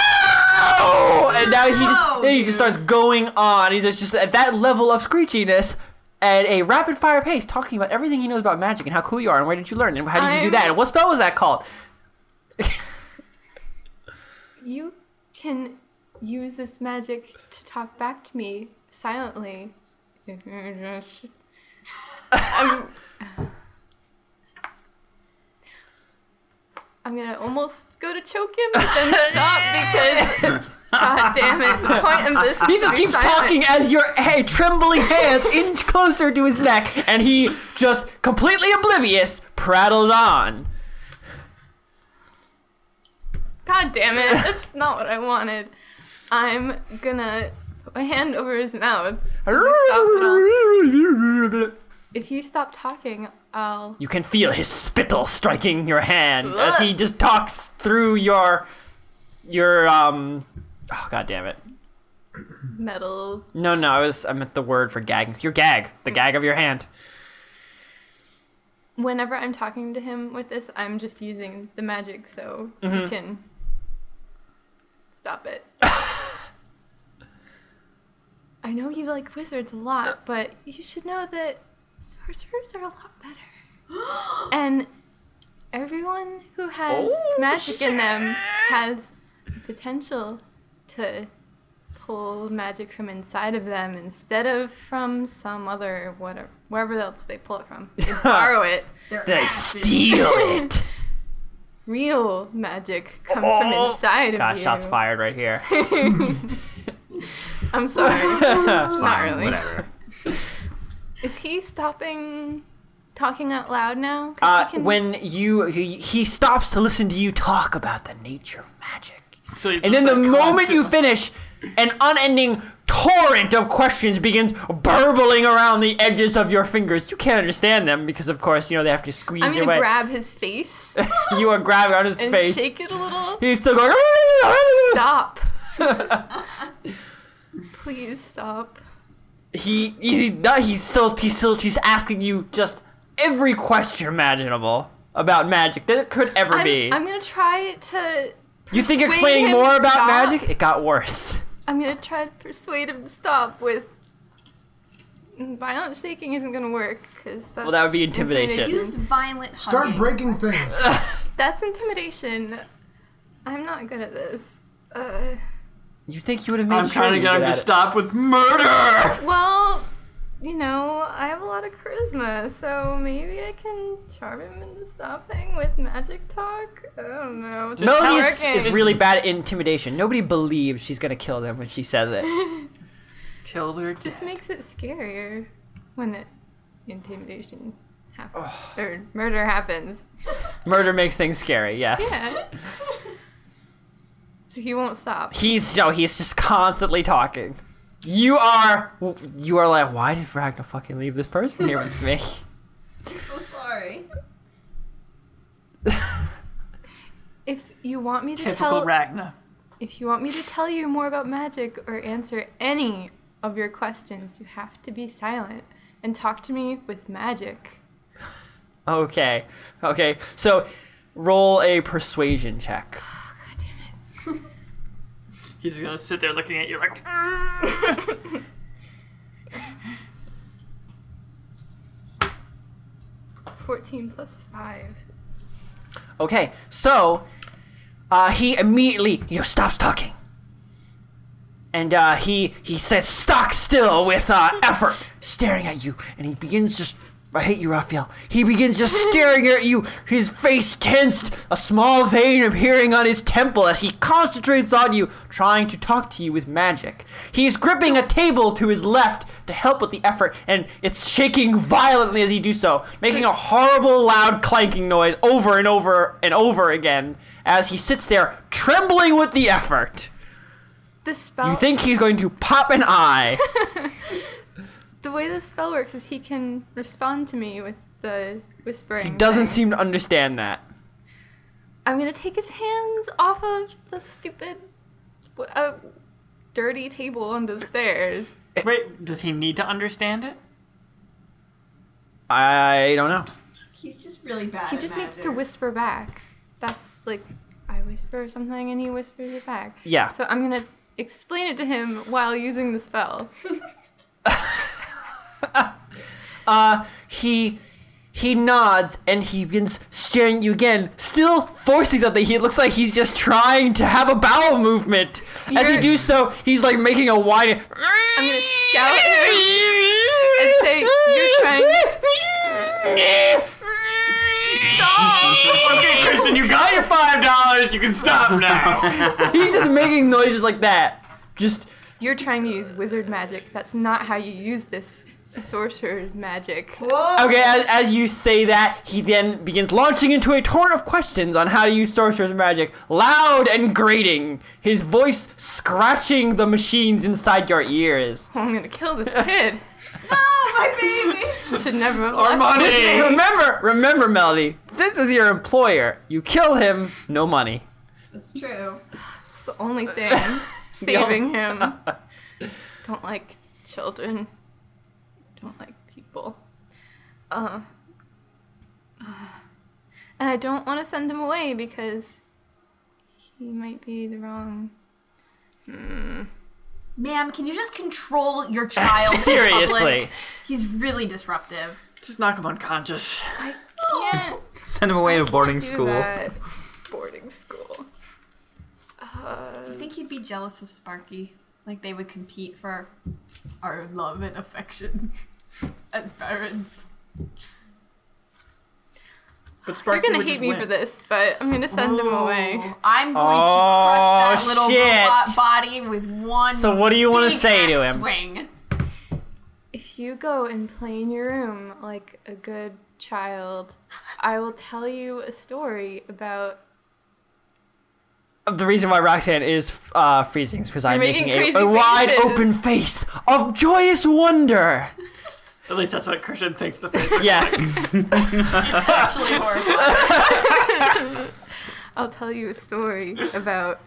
Whoa! And now he just,
Whoa,
then he just starts going on. He's just, just at that level of screechiness at a rapid fire pace, talking about everything he knows about magic and how cool you are and where did you learn and how did you do
I'm-
that and what spell was that called?
you can use this magic to talk back to me silently. If you're just I'm I'm gonna almost go to choke him, but then stop because God damn it! The point of this
He
is to
just
be
keeps
silent.
talking as your hey, trembling hands inch closer to his neck, and he just completely oblivious prattles on.
God damn it! That's not what I wanted. I'm gonna put my hand over his mouth. stop it If you stop talking, I'll.
You can feel his spittle striking your hand as he just talks through your your um. Oh god damn it!
metal.
No, no, I was I meant the word for gagging. Your gag, the gag of your hand.
Whenever I'm talking to him with this, I'm just using the magic so he can stop it. I know you like wizards a lot, but you should know that sorcerers are a lot better. and everyone who has magic in them has potential to pull magic from inside of them instead of from some other whatever wherever else they pull it from. They borrow it.
They steal it.
Real magic comes from inside of
Gosh,
you.
shots fired right here.
I'm sorry.
That's
Not really.
Whatever.
Is he stopping talking out loud now? 'Cause
Uh,
he can-
when you he, he stops to listen to you talk about the nature of magic,
So you
and
just,
then the
like,
moment
constant-
you finish, an unending torrent of questions begins burbling around the edges of your fingers. You can't understand them because, of course, you know they have to squeeze
I'm
your way.
gonna grab his face
you are grabbing on his
and
face.
shake it a little.
He's still going. "Ah!"
Stop. Please stop.
He he's, no, he's still he's still she's asking you just every question imaginable about magic that it could ever
I'm,
be.
I'm gonna try to.
you think
persuade
explaining
him
more
to
about
stop?
magic? It got worse.
I'm gonna try to persuade him to stop with. Violent shaking isn't gonna work because that's.
Well, that would be intimidation.
Use violent
Start
hugging.
breaking things.
That's intimidation. I'm not good at this. Uh,
You think you would have made
I'm
sure
trying to
you
get
did
him to
that.
stop with murder.
well, you know, I have a lot of charisma, so maybe I can charm him into stopping with magic talk. I don't know. Just
Melody
not
is, is
working.
really bad at intimidation. Nobody believes she's gonna kill them when she says it.
Kill their
Just makes it scarier when it intimidation happens or murder happens.
Murder makes things scary. Yes.
Yeah. so he won't stop.
He's no. He's just constantly talking. You are. You are like, why did Ragnar fucking leave this person here with me?
I'm so sorry.
If you want me to
Typical
tell
Ragna.
if you want me to tell you more about magic or answer any of your questions, you have to be silent and talk to me with magic.
Okay. Okay. So, roll a persuasion check.
God damn
He's gonna sit there looking at you like.
it. Fourteen plus five.
Okay. So, uh, he immediately you know stops talking, and uh, he he says, "Stock still!" with uh, effort, staring at you, and he begins just. I hate you, Raphael. He begins just staring at you, his face tensed, a small vein appearing on his temple as he concentrates on you, trying to talk to you with magic. He's gripping a table to his left to help with the effort, and it's shaking violently as he do so, making a horrible loud clanking noise over and over and over again as he sits there, trembling with the effort.
The spell.
You think he's going to pop an eye?
the way the spell works is he can respond to me with the whispering.
He doesn't
thing.
seem to understand that.
I'm gonna take his hands off of the stupid, wh- uh, dirty table under the stairs.
Wait, does he need to understand it?
I don't know.
He's just really bad.
He
at
just needs
magic.
to whisper back. That's like I whisper something and he whispers it back.
Yeah.
So I'm gonna explain it to him while using the spell.
Uh, he he nods and he begins staring at you again, still forcing something. He looks like he's just trying to have a bowel movement. As he
You're-
do so, he's like making a whine.
I'm gonna scout him and say, "You're trying."
Okay, Kristen, you got your five dollars. You can stop now.
He's just making noises like that. Just
You're trying to use wizard magic. That's not how you use this sorcerer's magic.
Okay, as, as you say that, he then begins launching into a torrent of questions on how to use sorcerer's magic, loud and grating, his voice scratching the machines inside your ears.
Oh, I'm gonna kill this kid.
Oh, my baby.
Should never have
Our
left
money!
this
Hey,
thing.
remember, remember, Melody, this is your employer. You kill him, no money.
That's true.
It's the only thing saving him. Don't like children. Don't like people. Uh, and I don't want to send him away because he might be the wrong. Hmm.
Ma'am, can you just control your child? in
Seriously.
public? He's really disruptive.
Just knock him unconscious.
I can't.
Send him away to boarding
do
school.
that. Boarding school. Uh,
I think he'd be jealous of Sparky. Like they would compete for our love and affection as parents.
But
you're
Sparky
gonna
would
hate
just
me
win.
for this, but I'm gonna send him away.
Ooh, I'm going to crush that
Oh,
little
shit.
robot body with one.
So what do you wanna
big
say to
axe
him?
Swing.
If you go and play in your room like a good child, I will tell you a story about.
The reason why Roxanne is uh, freezing is because I'm
making
making,
crazy
a, a wide
faces.
open face of joyous wonder.
At least that's what Christian thinks the face.
Yes.
Actually horrifying.
I'll tell you a story about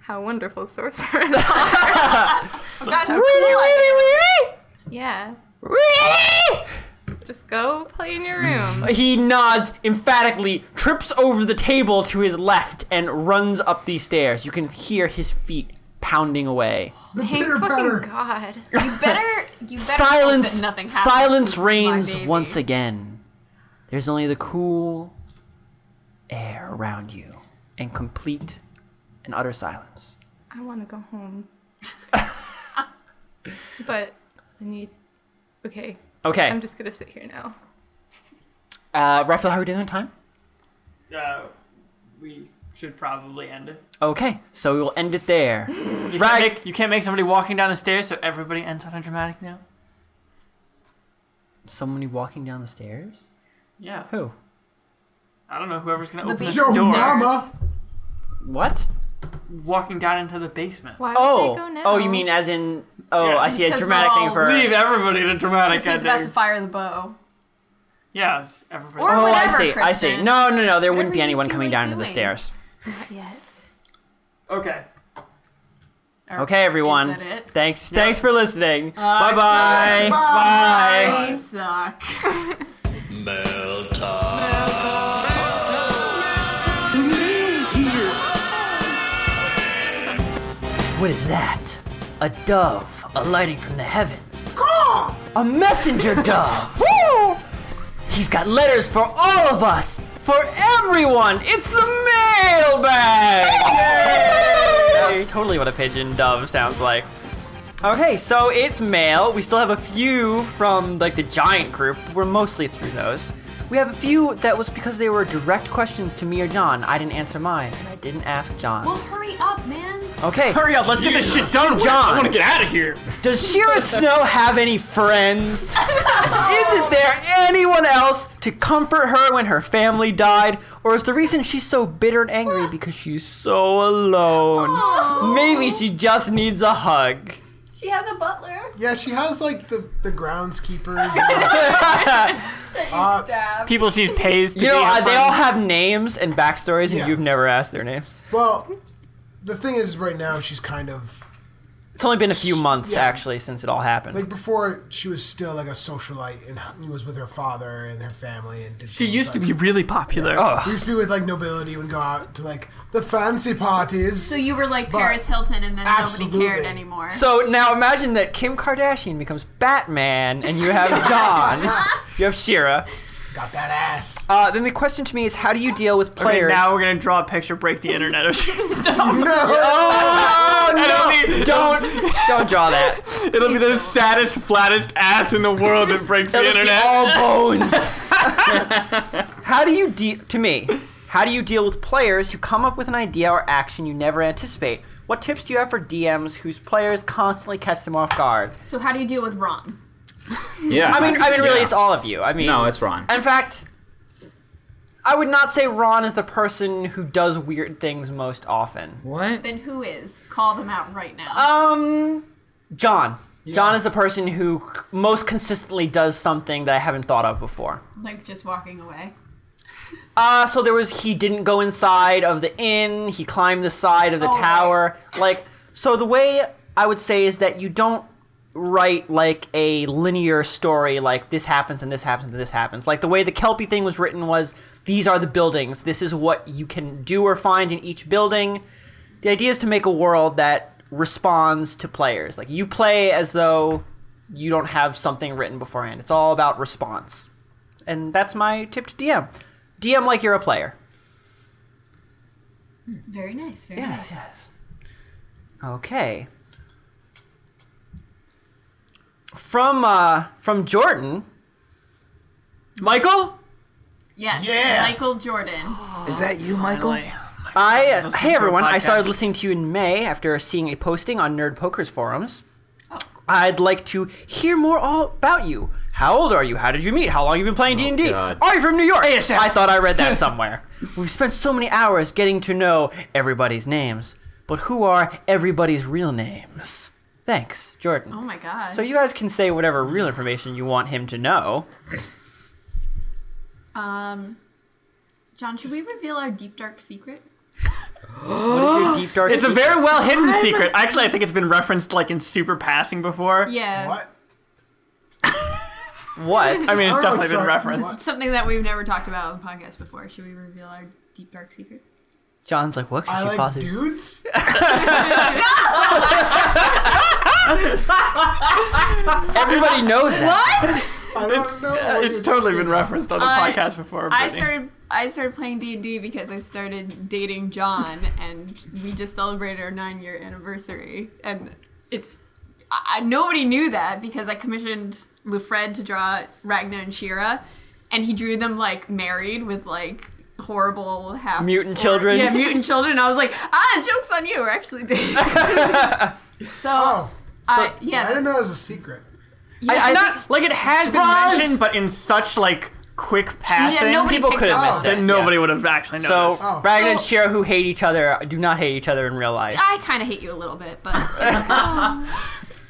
how wonderful sorcerers are.
That's a cool idea.
yeah, just go play in your room.
He nods emphatically, trips over the table to his left, and runs up the stairs. You can hear his feet pounding away.
The
Thank
bitter
fucking
patter.
God.
You better. You better. hope
silence
that nothing happens
silence
to my
reigns
baby.
once again. There's only the cool air around you and complete and utter silence.
I want to go home. but I need. Okay,
Okay.
I'm just gonna sit here now.
Uh, Raphael, how are we doing on time?
Uh, we should probably end it.
Okay, so we will end it there.
You can't,
Right.
make, you can't make somebody walking down the stairs, so everybody ends on a dramatic now.
Somebody walking down the stairs?
Yeah.
Who?
I don't know whoever's gonna
The
open the
beast
Joe's
door.
mama.
What?
Walking down into the basement.
Why
Oh,
would they go now?
oh, you mean as in? Oh,
Yeah.
I see a
Because
dramatic
we're
thing
all
for.
Leave everybody to dramatic
Because he's about to
ending.
fire the bow.
Yeah, it's everybody.
Or-
Oh, I
whatever,
see. I see.
Kristen.
No, no, no. There wouldn't
Whatever
be
you
anyone
feel
coming
like
down into the
doing.
stairs.
Not yet.
okay.
Or-
Okay, everyone.
Is that it?
Thanks.
Yeah.
Thanks for listening.
Bye.
Bye-bye. Bye.
Bye.
We suck.
What is that? A dove alighting from the heavens. A messenger dove. He's got letters for all of us, for everyone. It's the mailbag. That's totally what a pigeon dove sounds like. Okay, so it's mail. We still have a few from like the giant group. We're mostly through those. We have a few that was because they were direct questions to me or John. I didn't answer mine, and I didn't ask
Well,
John.
hurry up, man.
Okay.
Hurry up, let's get this shit done with.
John.
I want to get out of here.
Does Shira Snow have any friends? Isn't there anyone else to comfort her when her family died? Or is the reason she's so bitter and angry because she's so alone? Maybe she just needs a hug.
Oh, She has a butler.
Yeah, she has like the the groundskeepers. and- Uh,
Stab.
People she pays to
You know,
be her
uh, they
friend.
all have names and backstories, and
Yeah.
you've never asked their names.
well, the thing is, right now she's kind of
It's only been a few months,
Yeah.
actually, since it all happened.
like before she was still like a socialite and was with her father and her family and did
She used to be really popular.
oh.
used to be with like nobility and go out to like the fancy parties.
So you were like
But-
Paris Hilton, and then nobody
Absolutely.
cared anymore.
So now imagine that Kim Kardashian becomes Batman, and you have John, you have Shira.
Got that ass.
Uh, then the question to me is, how do you deal with
Okay,
players?
now we're gonna draw a picture, break the internet. or something.
Oh no!
don't need-
don't don't draw that.
It'll be the saddest, flattest ass in the world that breaks the
It'll just be
internet.
all bones. how do you deal to me? How do you deal with players who come up with an idea or action you never anticipate? What tips do you have for DMs whose players constantly catch them off guard?
So how do you deal with Ron?
Yeah.
I mean, I mean, really,
Yeah.
it's all of you. I mean,
No, it's Ron.
In fact, I would not say Ron is the person who does weird things most often.
What?
Then who is? Call them out right now.
Um, John. John is the person who c- most consistently does something that I haven't thought of before.
like just walking away.
Uh, so there was he didn't go inside of the inn. He climbed the side of the
Oh,
tower. Like so, the way I would say is that you don't write like a linear story like this happens and this happens and this happens. Like the way the Kelpie thing was written was these are the buildings. This is what you can do or find in each building. The idea is to make a world that responds to players. Like you play as though you don't have something written beforehand. It's all about response. And that's my tip to DM. DM like you're a player.
Very nice. Very
Yes,
nice.
yes. Okay. From uh from Jordan. Michael?
Yes.
Yeah.
Michael Jordan.
Is that you, Michael?
Finally.
I uh,
listening
hey
to a
everyone! I
podcast.
started listening to you in May after seeing a posting on Nerd Poker's forums.
Oh.
I'd like to hear more all about you. How old are you? How did you meet? How long you been playing D and D?
God.
Are you from New York? I thought I read that somewhere. We've spent so many hours getting to know everybody's names, but who are everybody's real names? Thanks, Jordan.
Oh my god.
So you guys can say whatever real information you want him to know.
um, John, should we reveal our deep dark secret?
What is your deep dark?
It's a very well hidden secret. Actually, I think it's been referenced like in super passing before.
Yeah.
What?
what?
I mean, it's
Oh,
definitely
sorry,
been referenced.
what?
Something that we've never talked about on the podcast before. Should we reveal our deep dark secret?
John's like, what could
I
she
like
possibly?
dudes.
Everybody knows that.
I don't know.
It's totally been referenced on the
I-
podcast before.
I
Brittany.
started I started playing D and D because I started dating John, and we just celebrated our nine year anniversary, and it's I, I- nobody knew that because I commissioned Lufred to draw Ragna and Shira, and he drew them like married with like horrible half
Mutant children.
Yeah, mutant children. I was like, ah, jokes on you. We're actually dating. so,
Oh,
I,
I
Uh, yeah,
didn't know it was a secret.
I, I
Not-
think-
like it has
Surprise!
been mentioned, but in such like quick passing
yeah, nobody
people
picked
could have
up
missed
on
it.
that nobody
Yes.
would have actually
So
noticed.
Oh.
Ragnar and
Oh. So-
Shira, who hate each other, do not hate each other in real life.
I kind of hate you a little bit, but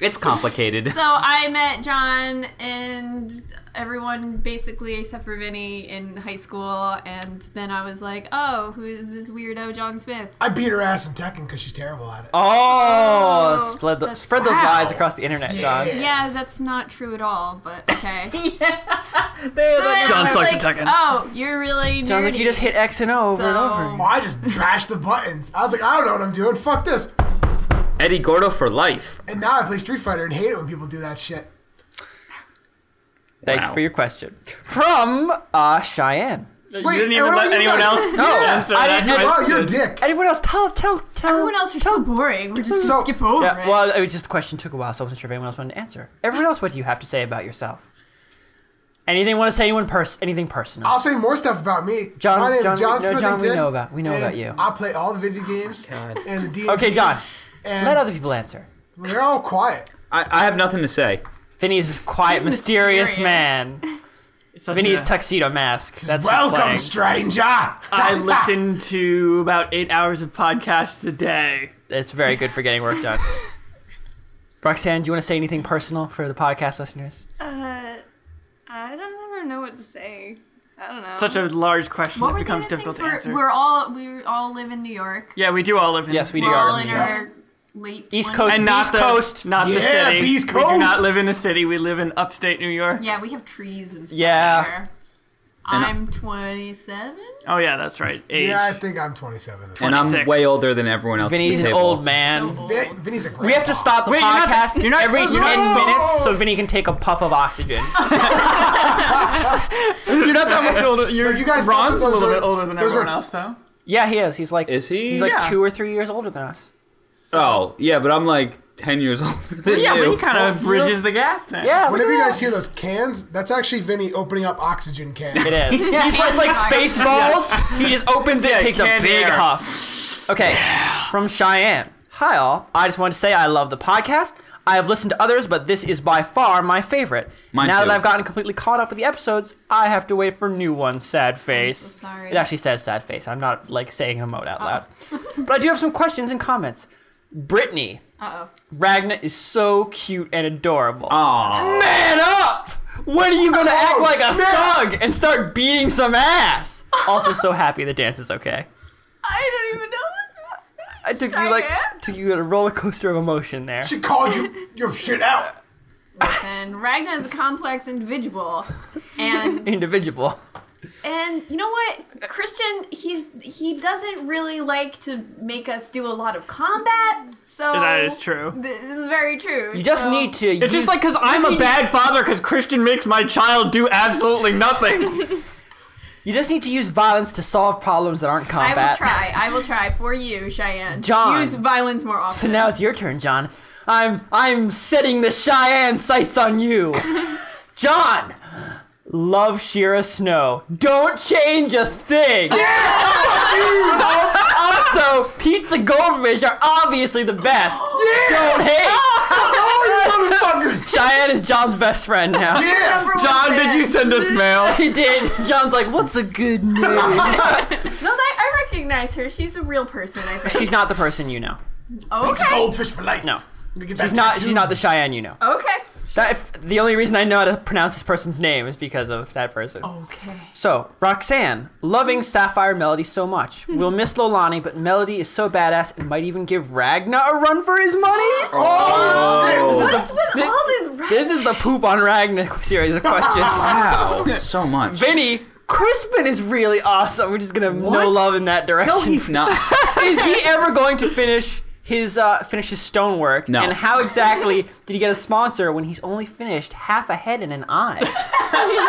It's complicated.
So I met John and everyone basically except for Vinny in high school, and then I was like, "Oh, who is this weirdo John Smith?"
I beat her ass in Tekken because she's terrible at it.
Oh,
Oh,
spread, the,
that's-
spread those
Wow.
lies across the internet,
Yeah.
John.
Yeah, that's not true at all, but okay. so then
John
I was
sucks
like,
at Tekken.
Oh, you're really nerdy.
John's like, you just hit X and O over and
So-
over.
Well, I just bashed the buttons. I was like, I don't know what I'm doing. Fuck this.
Eddie Gordo for life.
And now I play Street Fighter and hate it when people do that shit.
Thank you for your question. From uh, Cheyenne.
Wait,
you didn't
and
even
what
let
about you
anyone
guys?
else
No,
answer
I
that
didn't-
question.
Oh, you're a dick.
Anyone else? Tell, tell, tell.
Everyone else, you're so boring. We're just
So-
gonna skip over
Yeah,
it.
well, it was just the question took a while, so I wasn't sure if anyone else wanted to answer. Everyone else, what do you have to say about yourself? Anything want to say? Anyone pers- anything personal?
I'll say more stuff about me.
John-
My name's
John,
John,
we- no, John, we
Smithington.
know about- we know
and
about you. Oh,
I play all the video games and the D.
Okay, John,
And
Let other people answer.
they're all quiet.
I, I have nothing to say.
Vinny is this quiet,
He's
mysterious,
mysterious.
man.
It's such
Vinny's
a-
tuxedo mask. That's who's
Welcome,
playing.
stranger.
I listened to about eight hours of podcasts a day.
It's very good for getting work done. Roxanne, do you want to say anything personal for the podcast listeners?
Uh, I don't ever know what to say. I don't know.
Such a large question
what
it
were the
becomes
other
difficult
things?
to answer.
We're, we're all we all live in New York.
yeah, we do all live in.
Yes, we do.
We're all in
E Yeah.
our late
East
20s.
Coast,
And not
East
the
Coast.
not the
Yeah,
city.
Beast
We do not
Coast.
live in the city. We live in upstate New York.
Yeah, we have trees and stuff.
Yeah.
Here.
And I-
I'm 27.
Oh yeah, that's right. Age.
Yeah, I think I'm 27.
And I'm
26.
way older than everyone else. at
Vinny's
the
an
table.
old man.
Oh,
Vin, Vinny's a great.
We have to stop the
Wait, you're not-
podcast
you're not
every
supposed to-
10
No!
minutes so Vinny can take a puff of oxygen.
You're not that much older. You're,
you guys thought that
Ron's a
those
little
were-
bit older than
those
everyone
were-
else, though.
yeah, he is. He's like
Is he?
He's like
Yeah.
two or three years older than us.
Oh, yeah, but I'm like 10 years older than
Yeah,
you.
but he kind
Well,
of
you
bridges the gap then.
Yeah, look
Whenever
at
you
that.
guys hear those cans, that's actually Vinny opening up oxygen cans.
It is. He's like, like space balls. He just opens it, and takes a
canned
big
air.
huff. Okay, from Cheyenne. Hi all. I just wanted to say I love the podcast. I have listened to others, but this is by far my favorite.
Mine
now
too.
that I've gotten completely caught up with the episodes, I have to wait for new ones. Sad face.
sorry.
It actually says sad face. I'm not like saying emote out loud. but I do have some questions and comments. Brittany,
Uh oh.
Ragna is so cute and adorable.
Aw.
Man up! When are you gonna act
Oh,
like a
snap!
thug and start beating some ass? Also, so happy the dance is okay.
I don't even know what to say.
I took you like
Cheyenne?
took you on a roller coaster of emotion there.
She called you your shit out.
And Ragna is a complex individual, and
Individual.
And you know what, Christian, he's he doesn't really like to make us do a lot of combat. So
That is true.
This is very true.
You just
so-
need to.
It's just like because I'm a bad father because Christian makes my child do absolutely nothing.
you just need to use violence to solve problems that aren't
I
combat.
will try. I will try for you, Cheyenne.
John.
Use violence more
So
often.
now it's your turn, John. I'm I'm setting the Cheyenne sights on you. John! Love Shira Snow. Don't change a thing! also, pizza goldfish are obviously the best. Don't hate!
Motherfuckers.
Cheyenne is John's best friend now.
Yeah.
Number one
John, did
fan.
you send us mail?
He did. John's like, what's a good name?
No, I, I recognize her. She's a real person. I think.
She's not the person you know.
It's a
okay.
goldfish for life.
No.
Let me get
She's
that
not. She's
tattoo.
not the Cheyenne you know.
Okay.
That, if, the only reason I know how to pronounce this person's name is because of that person.
Okay.
So, Roxanne, loving Sapphire Melody so much. We'll miss Lolani, but Melody is so badass it might even give Ragna a run for his money.
Oh.
What is with
Thi-
all this? Ra-
This is the poop on Ragna series of questions.
Wow, so much.
Vinny, Crispin is really awesome. We're just gonna
What?
no love in that direction.
no, he's not.
is he ever going to finish his uh, finish his stonework?
No.
And how exactly did he get a sponsor when he's only finished half a head and an eye?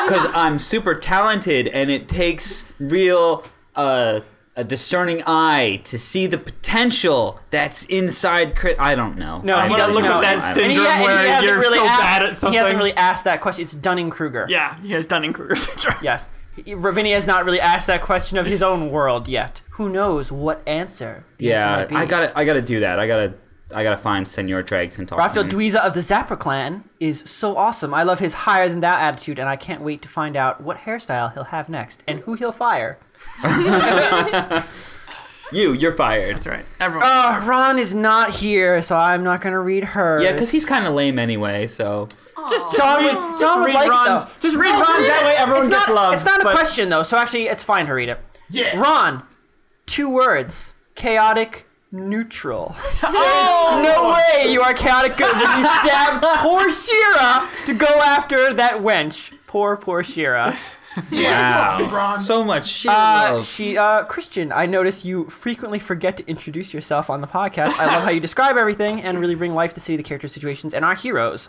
Because I'm super talented, and it takes real uh, a discerning eye to see the potential that's inside. Cri- I don't know.
No,
I
he
don't
doesn't
look
know.
at
know.
that
I don't-
sin- syndrome
and he,
where
and he hasn't
you're
really
so
asked,
bad at
He hasn't
something.
really asked that question. It's Dunning Kruger.
yeah, he has Dunning Kruger syndrome.
Yes. Ravini has not really asked that question of his own world yet. Who knows what answer? the
Yeah,
answer might be.
I gotta, I gotta do that. I gotta, I gotta find Senor Dregs and talk.
Raphael
Mm-hmm.
to him.
Dweeza of the Zapper clan is so awesome. I love his higher than thou attitude, and I can't wait to find out what hairstyle he'll have next and who he'll fire.
you, you're fired.
That's right. Everyone.
Uh, Ron is not here, so I'm not gonna read her.
Yeah, because he's kind of lame anyway. So
just, just
John
read,
would-
just
John would
read
like
Ron's.
though.
Just read Ron's. That way, everyone
It's
gets
not,
love.
it's not a
but-
question though, so actually it's fine to read it.
Yeah.
Ron, two words: chaotic, neutral.
Oh
No way you are chaotic good when you stabbed poor Shira to go after that wench. Poor, poor Shira.
wow,
Ron.
so much shit.
Uh, she, uh, Christian, I notice you frequently forget to introduce yourself on the podcast. I love how you describe everything and really bring life to see the character situations and our heroes.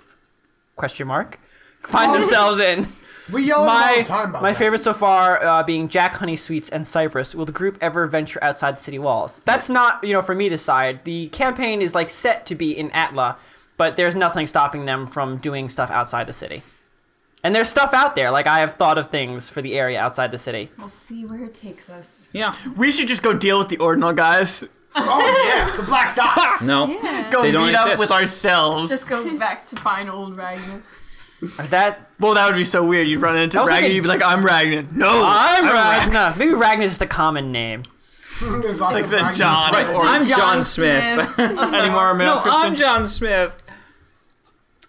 Question mark. Find themselves in.
We yell all
My,
the time about
my
that.
favorite so far uh, being Jack Honey Sweets and Cypress. Will the group ever venture outside the city walls? That's not, you know, for me to decide. The campaign is like set to be in Atla, but there's nothing stopping them from doing stuff outside the city. And there's stuff out there. Like I have thought of things for the area outside the city.
We'll see where it takes us.
yeah.
We should just go deal with the ordinal guys.
Oh yeah, the black dots.
No.
Go
They don't
meet up
exist.
with ourselves.
Just go back to find old Ragnar.
That
well, that would be so weird. You'd run into
was
Ragnar.
like a-
you'd be like, "I'm Ragnar." No,
I'm
Ragnar.
Ragnar. Maybe Ragnar's just a common name.
There's lots
Like
of
the
Ragnar's
John.
presents.
Or-
Oh, I'm John,
John
Smith.
Any more male
no, I'm John Smith.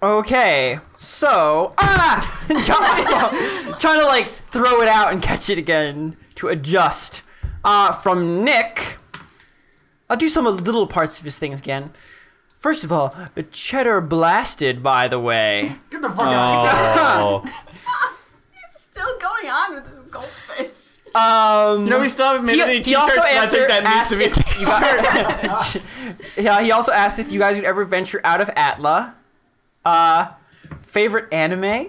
Okay, so ah, trying, trying to like throw it out and catch it again to adjust. Uh, from Nick, I'll do some of the little parts of his things again. First of all, cheddar blasted. By the way,
Get the fuck out. of
Oh.
Still going on with this goldfish.
um,
You know, we still haven't made
he,
any
he
t-shirts.
also
but I
answered,
think that needs
asked
to
if you guys- yeah, he also asked if you guys would ever venture out of Atla. Uh, favorite anime?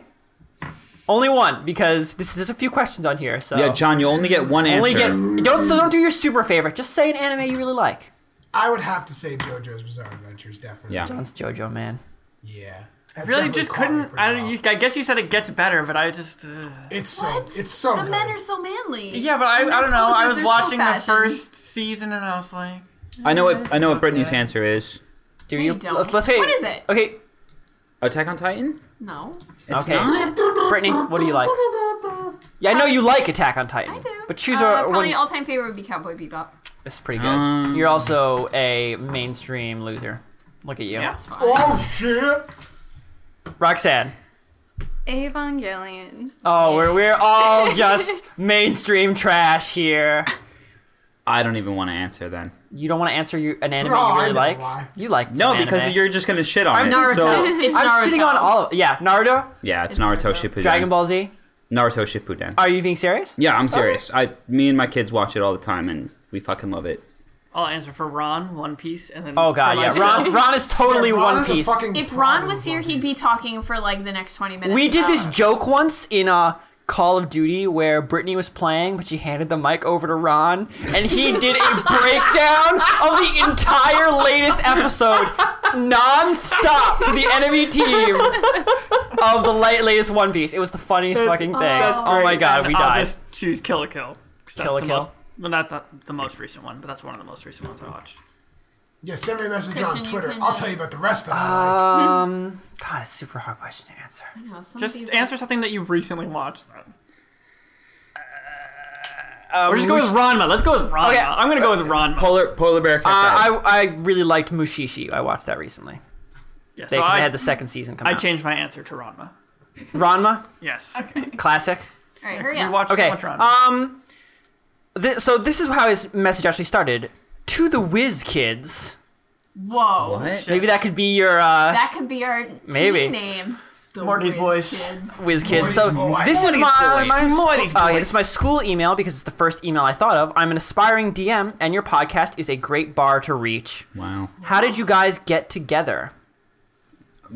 Only one because this there's a few questions on here. So
Yeah, John, you only get one answer.
only get don't so don't do your super favorite. Just say an anime you really like.
I would have to say JoJo's Bizarre Adventures definitely.
Yeah.
That's JoJo man.
Yeah. That's
be. Really,
definitely
just
caught me
couldn't.
pretty
I, don't,
well.
you, I guess you said it gets better, but I just. Uh...
It's so
What?
it's so
the
good.
men are so manly.
Yeah, but I,
And
I
their
don't know. I
poses
was
are so
watching the
fashioned.
first season and I was like,
I know what I know what Brittany's
Okay.
answer is.
Do
you don't.
Let's, let's say
What is it?
Okay,
Attack on Titan.
No,
It's
Okay.
not?
Brittany, what do you like? Yeah, I know you like Attack on Titan,
I do.
but choose
uh,
a
probably
one.
all-time favorite would be Cowboy Bebop.
It's pretty good.
Um,
You're also a mainstream loser. Look at you,
That's fine.
Oh shit!
Roxanne.
Evangelion.
Oh, we're we're all just mainstream trash here.
I don't even want to answer then.
You don't want to answer you, an anime
Oh,
you
I
really
know
like?
why.
You like
No,
some
because
anime.
you're just gonna shit on it.
Naruto.
So
it's
I'm
Naruto.
shitting on all. Of, yeah, Naruto,
yeah, it's,
It's
Naruto
Naruto.
Shippuden.
Dragon Ball Z.
Naruto Shippuden.
Are you being serious?
yeah, I'm serious. I, me and my kids watch it all the time, and we fucking love it.
I'll answer for Ron, One Piece, and then
Oh
for
god, yeah.
myself.
Ron, Ron is totally
Yeah, Ron
One
is a
Piece.
fucking
If
fraud
Ron
with
was here,
One
he'd be
Piece.
talking for like the next 20 minutes.
We did this
Uh,
joke once in uh, Call of Duty where Brittany was playing, but she handed the mic over to Ron, and he did a breakdown of the entire latest episode non-stop to the enemy team of the late, latest One Piece. It was the funniest fucking thing.
that's
oh my
great.
god, we
I'll
died.
just choose Kill a Kill. 'cause that's
Kill a
the
Kill?
Most, well, that's not the most recent one, but that's one of the most recent ones I watched.
Yeah, send me a message
Christian,
on
you
Twitter.
can,
I'll
uh,
tell you about the rest of it.
Um, god, it's a super hard question to answer.
you know, some of
Just
these-
answer something that you recently watched. Though.
Um,
Or just go with Ranma. Let's go with Ranma.
Okay.
I'm gonna go with Ranma.
Polar Polar Bear Cat.
Uh, I I really liked Mushishi. I watched that recently.
yeah,
They,
so
'cause they
I,
had the second season come
I
out.
changed my answer to Ranma.
Ranma,
Yes.
classic.
All right, hurry
You
up.
watched
Okay.
so much Ranma.
Um. Th- so this is how his message actually started. To the whiz kids.
Whoa.
what?
Maybe that could be your uh,
That could be our
Maybe.
team name. The
Morty's
Wiz
Boys.
Kids.
whiz kids.
Boys,
So
boys.
this is
Boys,
my
boys.
my
Boys,
school- oh, yeah, this
boys.
is my school email because it's the first email I thought of. I'm an aspiring DM, and your podcast is a great bar to reach.
Wow.
How did you guys get together?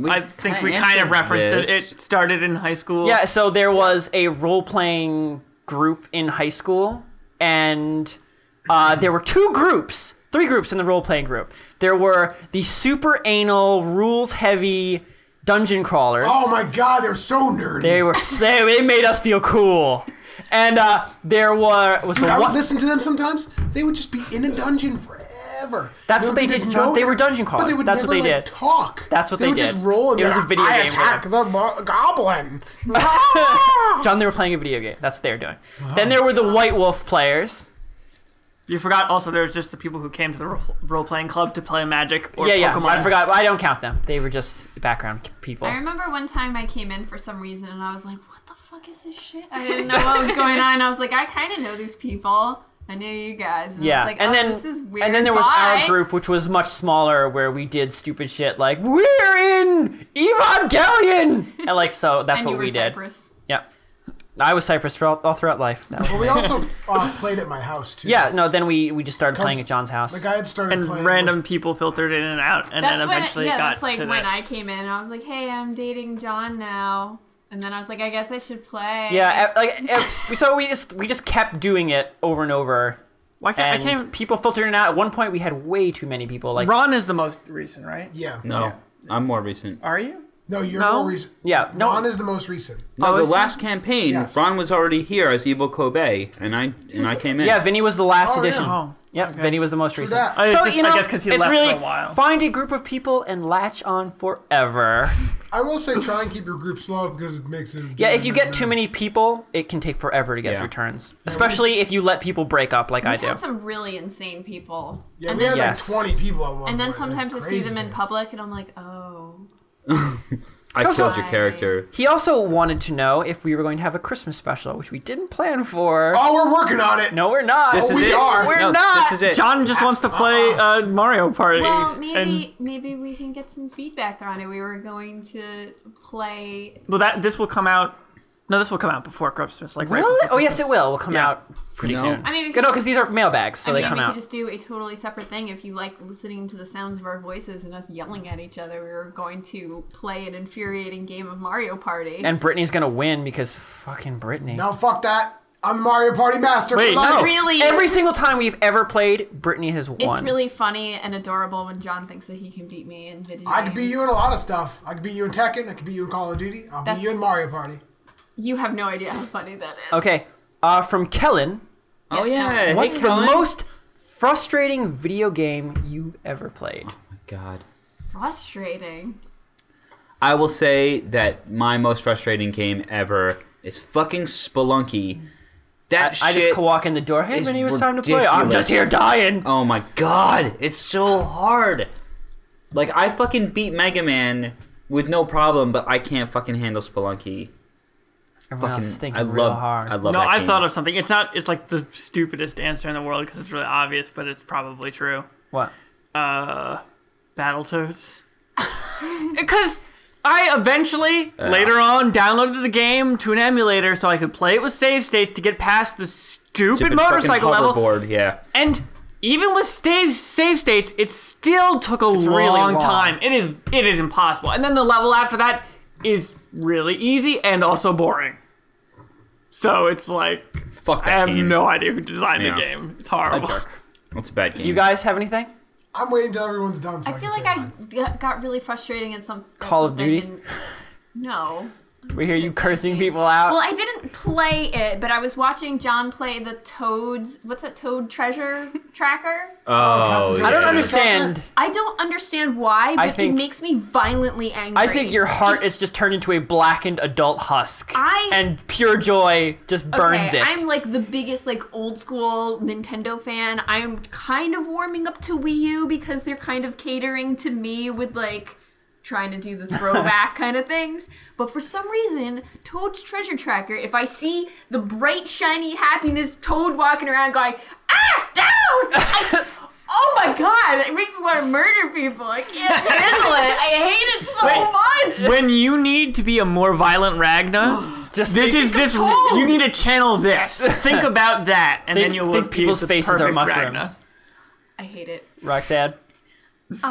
I think we kind of referenced it. It started in high school.
Yeah, so there was a role playing group in high school, and uh, there were two groups, three groups in the role playing group. There were the super anal, rules heavy dungeon crawlers.
Oh my god, they're so nerdy.
They were they, they made us feel cool, and uh, there were was the
I would
one.
listen to them sometimes. They would just be in a dungeon forever.
That's what they
Nobody
did,
would
John.
know
They
them,
were dungeon
but
crawlers.
They would
That's
never,
what they
like,
did.
Talk.
That's what
they
they
would just
did.
roll and
It
be
was a
like,
video
I
game for
attack
them.
the mo- goblin. Ah!
John, they were playing a video game. That's what they were doing. Then there were the White Wolf players.
You forgot also there's just the people who came to the role- role playing club to play Magic or
yeah, yeah.
Pokemon.
I forgot. I don't count them. They were just background people.
I remember one time I came in for some reason and I was like, what the fuck is this shit? I didn't know what was going on. I was like, I kind of know these people. I knew you guys. And
Yeah,
I was like,
and
oh,
then
this is weird.
and then there was
Bye.
our group, which was much smaller, where we did stupid shit like we're in Evangelion, and like so that's
And
what
you were
we did.
Cyprus.
Yeah, I was Cypress for all, all throughout life. That was-
But we also uh, played at my house too.
yeah, no. Then we we just started
Because
playing at John's house.
Like I had started
And
playing
random
with-
people filtered in and out, and
That's
then
when,
eventually
yeah,
got
that's like
to
when
this.
I came in. I was like, hey, I'm dating John now. And then I was like, I guess I should play.
yeah, e- like e- so we just we just kept doing it over and over,
Why can't
and
I can't?
people filtering out. At one point, we had way too many people. Like
Ron is the most recent, right?
Yeah.
No, I'm more recent.
Are you?
No, you're
No?
more recent.
Yeah, no.
Ron is the most recent.
No,
Oh,
the
is
last campaign,
Yes.
Ron was already here as Evil Kobe, and I and I came in.
yeah, Vinny was the last
Oh,
edition.
yeah.
Oh,
Yep, Vinny was the most recent.
that.
I
so
just-
you
I
know,
guess 'cause he
it's
left for
really
a while.
find a group of people and latch on forever.
I will say try and keep your group slow because it makes it.
Yeah, if you get too many people, it can take forever to get
Yeah.
through turns. Especially if you let people break up like I
We
do.
had some really insane people.
Yeah,
and
we
then,
had
Yes.
like 20 people at one
and then
point.
sometimes I
Like,
see them in
craziness.
public and I'm like, oh.
I killed your
Hi.
character.
He also wanted to know if we were going to have a Christmas special, which we didn't plan for.
Oh, we're working on it.
No, we're not.
This is
Oh,
we
it.
are.
Oh, We're
No,
not.
This is it.
John just wants to play uh, Mario Party.
Well,
and-
maybe maybe we can get some feedback on it. We were going to play.
Well, that this will come out. No, this will come out before Christmas. Like right
Really?
before
Oh, yes, it will. Will come
Yeah.
out pretty
No.
soon.
I mean, we
Good,
could
no, because
just,
these are mailbags, so
I
they
mean,
come
we
out.
could just do a totally separate thing. If you like listening to the sounds of our voices and us yelling at each other, we were going to play an infuriating game of Mario Party.
And Brittany's gonna win because fucking Brittany.
No, fuck that. I'm the Mario Party master.
Wait,
for life.
no. Really-
Every single time we've ever played, Brittany has won.
it's really funny and adorable when John thinks that he can beat me in video
I could beat
games.
you in a lot of stuff. I could beat you in Tekken. I could beat you in Call of Duty. I'll beat
That's-
you in Mario Party.
You have no idea how funny that is.
Okay. Uh, from Kellen.
Oh
Yes, Kellen.
yeah.
What's
hey,
the
Colin.
most frustrating video game you've ever played?
Oh, God.
Frustrating.
I will say that my most frustrating game ever is fucking Spelunky. That
I
shit.
just co walk in the door. Hey,
is
Vinny, it was time to play. I'm
ridiculous.
just here dying.
oh my god, it's so hard. Like I fucking beat Mega Man with no problem, but I can't fucking handle Spelunky.
Everyone else is
Fucking,
thinking
I
real
love.
hard.
I love.
No,
that
I
game.
thought of something. It's not. It's like the stupidest answer in the world because it's really obvious, but it's probably true.
what?
Uh, Battletoads. Because I eventually later on downloaded the game to an emulator so I could play it with save states to get past the stupid,
Stupid fucking
motorcycle level.
hoverboard, Yeah.
And even with save save states, it still took a long,
really long.
time. It is it is impossible. And then the level after that is really easy and also boring. So it's like
Fuck that
I have
game.
no idea who designed
Yeah.
the game. It's
A
horrible.
jerk. That's a bad game.
You guys have anything?
I'm waiting till everyone's done. So I,
I feel
can
like
say
I
mine.
g- got really frustrating at some at
Call of
something
Duty?
and- no.
We hear you cursing people out.
Well, I didn't play it, but I was watching John play the Toads. What's that Toad Treasure Tracker?
Uh,
Oh,
Captain
I don't
Yeah.
understand.
I don't understand why, but
think-
it makes me violently angry.
I think your heart
It's-
is just turned into a blackened adult husk,
I-
and pure joy just burns
okay,
it.
I'm like the biggest like old school Nintendo fan. I'm kind of warming up to Wii U because they're kind of catering to me with like trying to do the throwback kind of things. But for some reason, Toad's Treasure Tracker, if I see the bright shiny happiness Toad walking around going, "Ah, down!" I, Oh my god, it makes me want to murder people. I can't handle it. I hate it so much.
when you need to be a more violent Ragna,
just
this
think-
is this.
Toad.
You need to channel this. Think about that, and
think,
then you'll
think
be
people's
the
faces are
perfect
mushrooms.
Ragna.
I hate it.
Roxanne,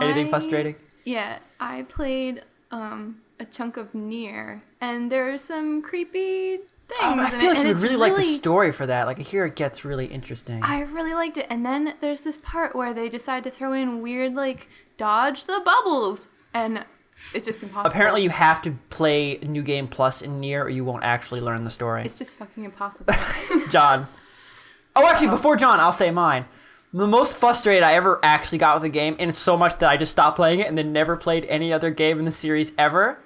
anything
I-
frustrating?
Yeah, I played um, a chunk of Near, and there are some creepy things.
Oh, I
in
feel like
it, and
you would
it's
really, like the story for that. Like I hear it gets really interesting.
I really liked it. And then there's this part where they decide to throw in weird, like, dodge the bubbles, and it's just impossible.
Apparently, you have to play New Game Plus in Near, or you won't actually learn the story.
It's just fucking impossible.
John. Oh, actually, before John, I'll say mine. The most frustrated I ever actually got with a game, and it's so much that I just stopped playing it and then never played any other game in the series ever.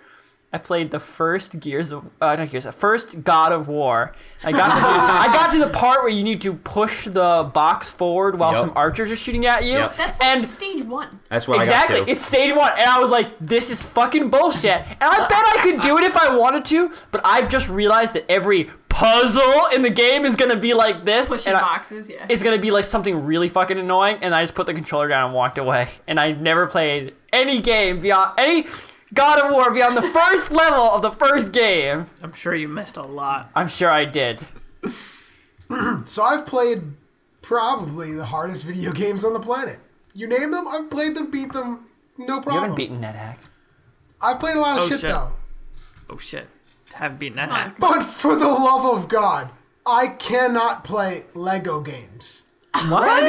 I played the first Gears of uh, not Gears, the first God of War. I got to, I got to the part where you need to push the box forward while
Yep.
some archers are shooting at you,
Yep.
That's
and
like stage one.
That's what
exactly.
I got too.
It's stage one, and I was like, "This is fucking bullshit." And I bet I could do it if I wanted to, but I've just realized that every puzzle in the game is gonna be like this,
Pushing
and I-
boxes, yeah.
it's gonna be like something really fucking annoying. And I just put the controller down and walked away. And I never played any game beyond any God of War beyond the first level of the first game.
I'm sure you missed a lot.
I'm sure I did.
So I've played probably the hardest video games on the planet. You name them, I've played them, beat them, no
You
problem.
haven't beaten that hack.
I've played a lot of
Oh,
shit,
shit.
though.
Oh shit! Haven't beaten that. hack.
But for the love of God, I cannot play Lego games. Any
What?
of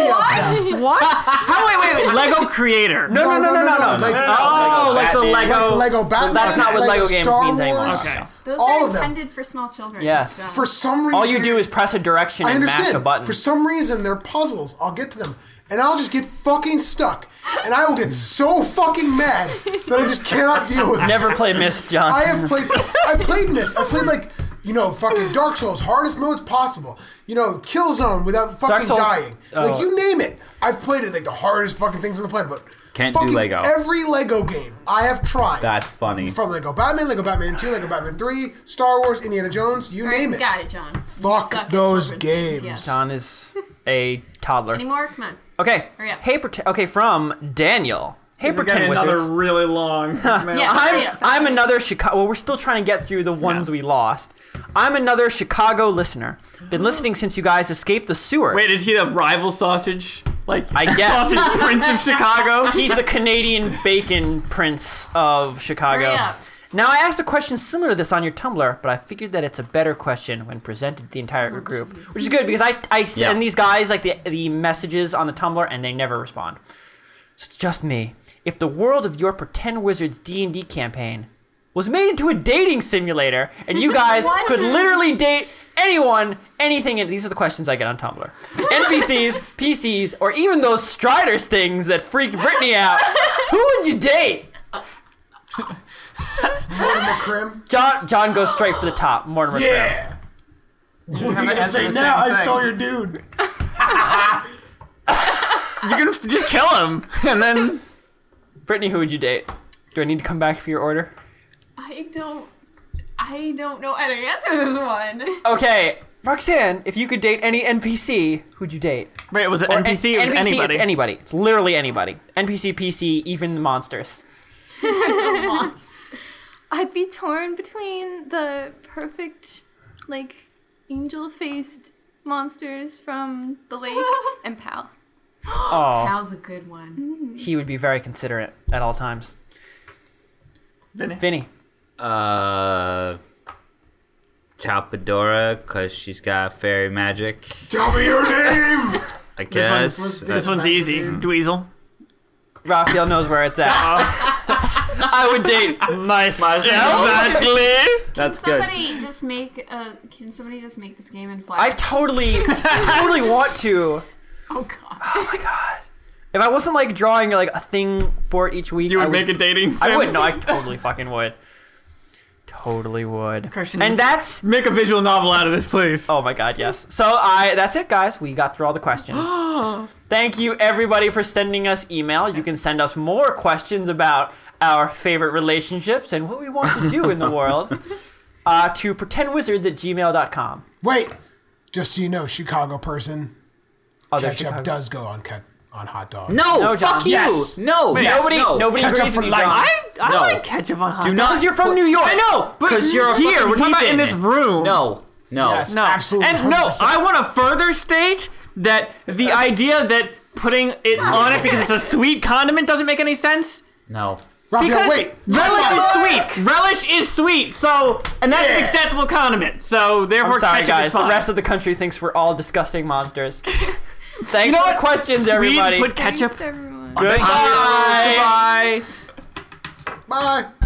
them.
what? How? Wait, wait, wait.
Lego Creator.
No, no, no, no, no, no.
Like,
Oh, like the Lego.
Batman.
like Lego Batman.
that's not what
Lego,
Lego games
Star
means anymore.
Wars.
Okay.
Those
All
are
of them.
intended for small children.
Yes.
so-
For some reason,
All you do is press a direction
I
and mash a
understand.
button.
For some reason, they're puzzles. I'll get to them, and I'll just get fucking stuck, and I will get so fucking mad that I just cannot deal with it.
Never play Miss John.
I have played. I've played Miss. I've played like you know fucking Dark Souls, hardest modes possible. You know, kill zone without fucking
Souls-
dying.
oh.
Like you name it, I've played it. Like the hardest fucking things on the planet. But
Can't do
fucking
Lego.
Every Lego game I have tried.
That's funny.
from Lego Batman, Lego Batman Two, Lego Batman Three, Star Wars, Indiana Jones. You
All right,
name it.
Got it, John. You
Fuck
suck at children's
those
things,
games.
yes.
John is a toddler.
Any more? Come on.
Okay.
Hurry up.
Hey, pretend. Okay, from Daniel. Hey,
We're getting
pretend
another
wizards.
really long.
Yeah. straight
I'm
up.
I'm another Chicago. Well, we're still trying to get through the ones we lost. I'm another Chicago listener. Been listening since you guys escaped the sewers.
Wait, is he the rival sausage? Like
I guess.
sausage prince of Chicago?
He's the Canadian bacon prince of Chicago.
Hurry up.
Now, I asked a question similar to this on your Tumblr, but I figured that it's a better question when presented to the entire
Oh,
group, which is good because I, I send
Yeah.
these guys like the, the messages on the Tumblr and they never respond. So it's just me. If the world of your pretend wizards D&D campaign was made into a dating simulator and you guys
What?
could literally date anyone, anything, and these are the questions I get on Tumblr. NPCs, PCs, or even those Striders things that freaked Brittany out. Who would you date?
Mortimer Crim.
John John goes straight for the top. Mortimer Crowe.
Yeah. What are you gonna
answer
say
the
now?
same
I stole
thing.
your dude.
You're gonna f- just kill him, and then
Brittany, who would you date? Do I need to come back for your order?
I don't. I don't know how to answer this one.
Okay, Roxanne, if you could date any NPC, who'd you date?
Wait, was it
Or
NPC?
N-
It was
NPC,
anybody.
It's anybody. It's literally anybody. NPC, PC, even monsters. Oh.
I'd be torn between the perfect, like, angel faced monsters from the lake and Pal.
Oh,
That was a good one.
he would be very considerate at all times.
Vinny.
Vinny.
Uh, Talpadora, because she's got fairy magic.
Tell me your name.
I
one's-
guess.
This one's easy. Dweezil.
Raphael knows where it's at. I would date myself.
Exactly. That's good.
Somebody just make a. Can somebody just make this game in flash?
I totally, totally want to.
oh god.
Oh my god. If I wasn't like drawing like a thing for it each week,
You
I
would make a dating.
I
sim?
would. No, I totally fucking would. Totally would.
Christian,
and
you-
that's
Make a visual novel out of this, please.
Oh my god, yes. So I that's it guys. We got through all the questions. Thank you everybody for sending us email. You can send us more questions about our favorite relationships and what we want to do in the world uh, to pretendwizards at gmail.com.
Wait, just so you know, Chicago person
Oh, there's
ketchup
Chicago.
does go on cut on hot dogs.
No,
No, John.
fuck you.
Yes.
No,
Wait,
yes.
Nobody
no.
nobody
Ketchup
agrees
for
with you,
life.
John.
I, I
No.
like ketchup on hot
Do
dogs.
not.
Because you're from New York.
I know, but
'Cause you're a
here
fucking
we're talking about in
heathen.
this room.
No, no.
Yes.
No.
Absolutely,
And no,
100%.
I want to further state that the idea that putting it on it because it's a sweet condiment doesn't make any sense.
No.
Raphael,
Because
wait.
relish is sweet. Relish is sweet. So, and that's
Yeah.
an acceptable condiment. So, therefore,
I'm sorry
ketchup
guys.
is fine.
The rest of the country thinks we're all disgusting monsters. Thanks
You know
for the
what?
questions
Swedes
everybody.
put ketchup.
Thanks, everyone.
Goodbye.
Bye.
Bye.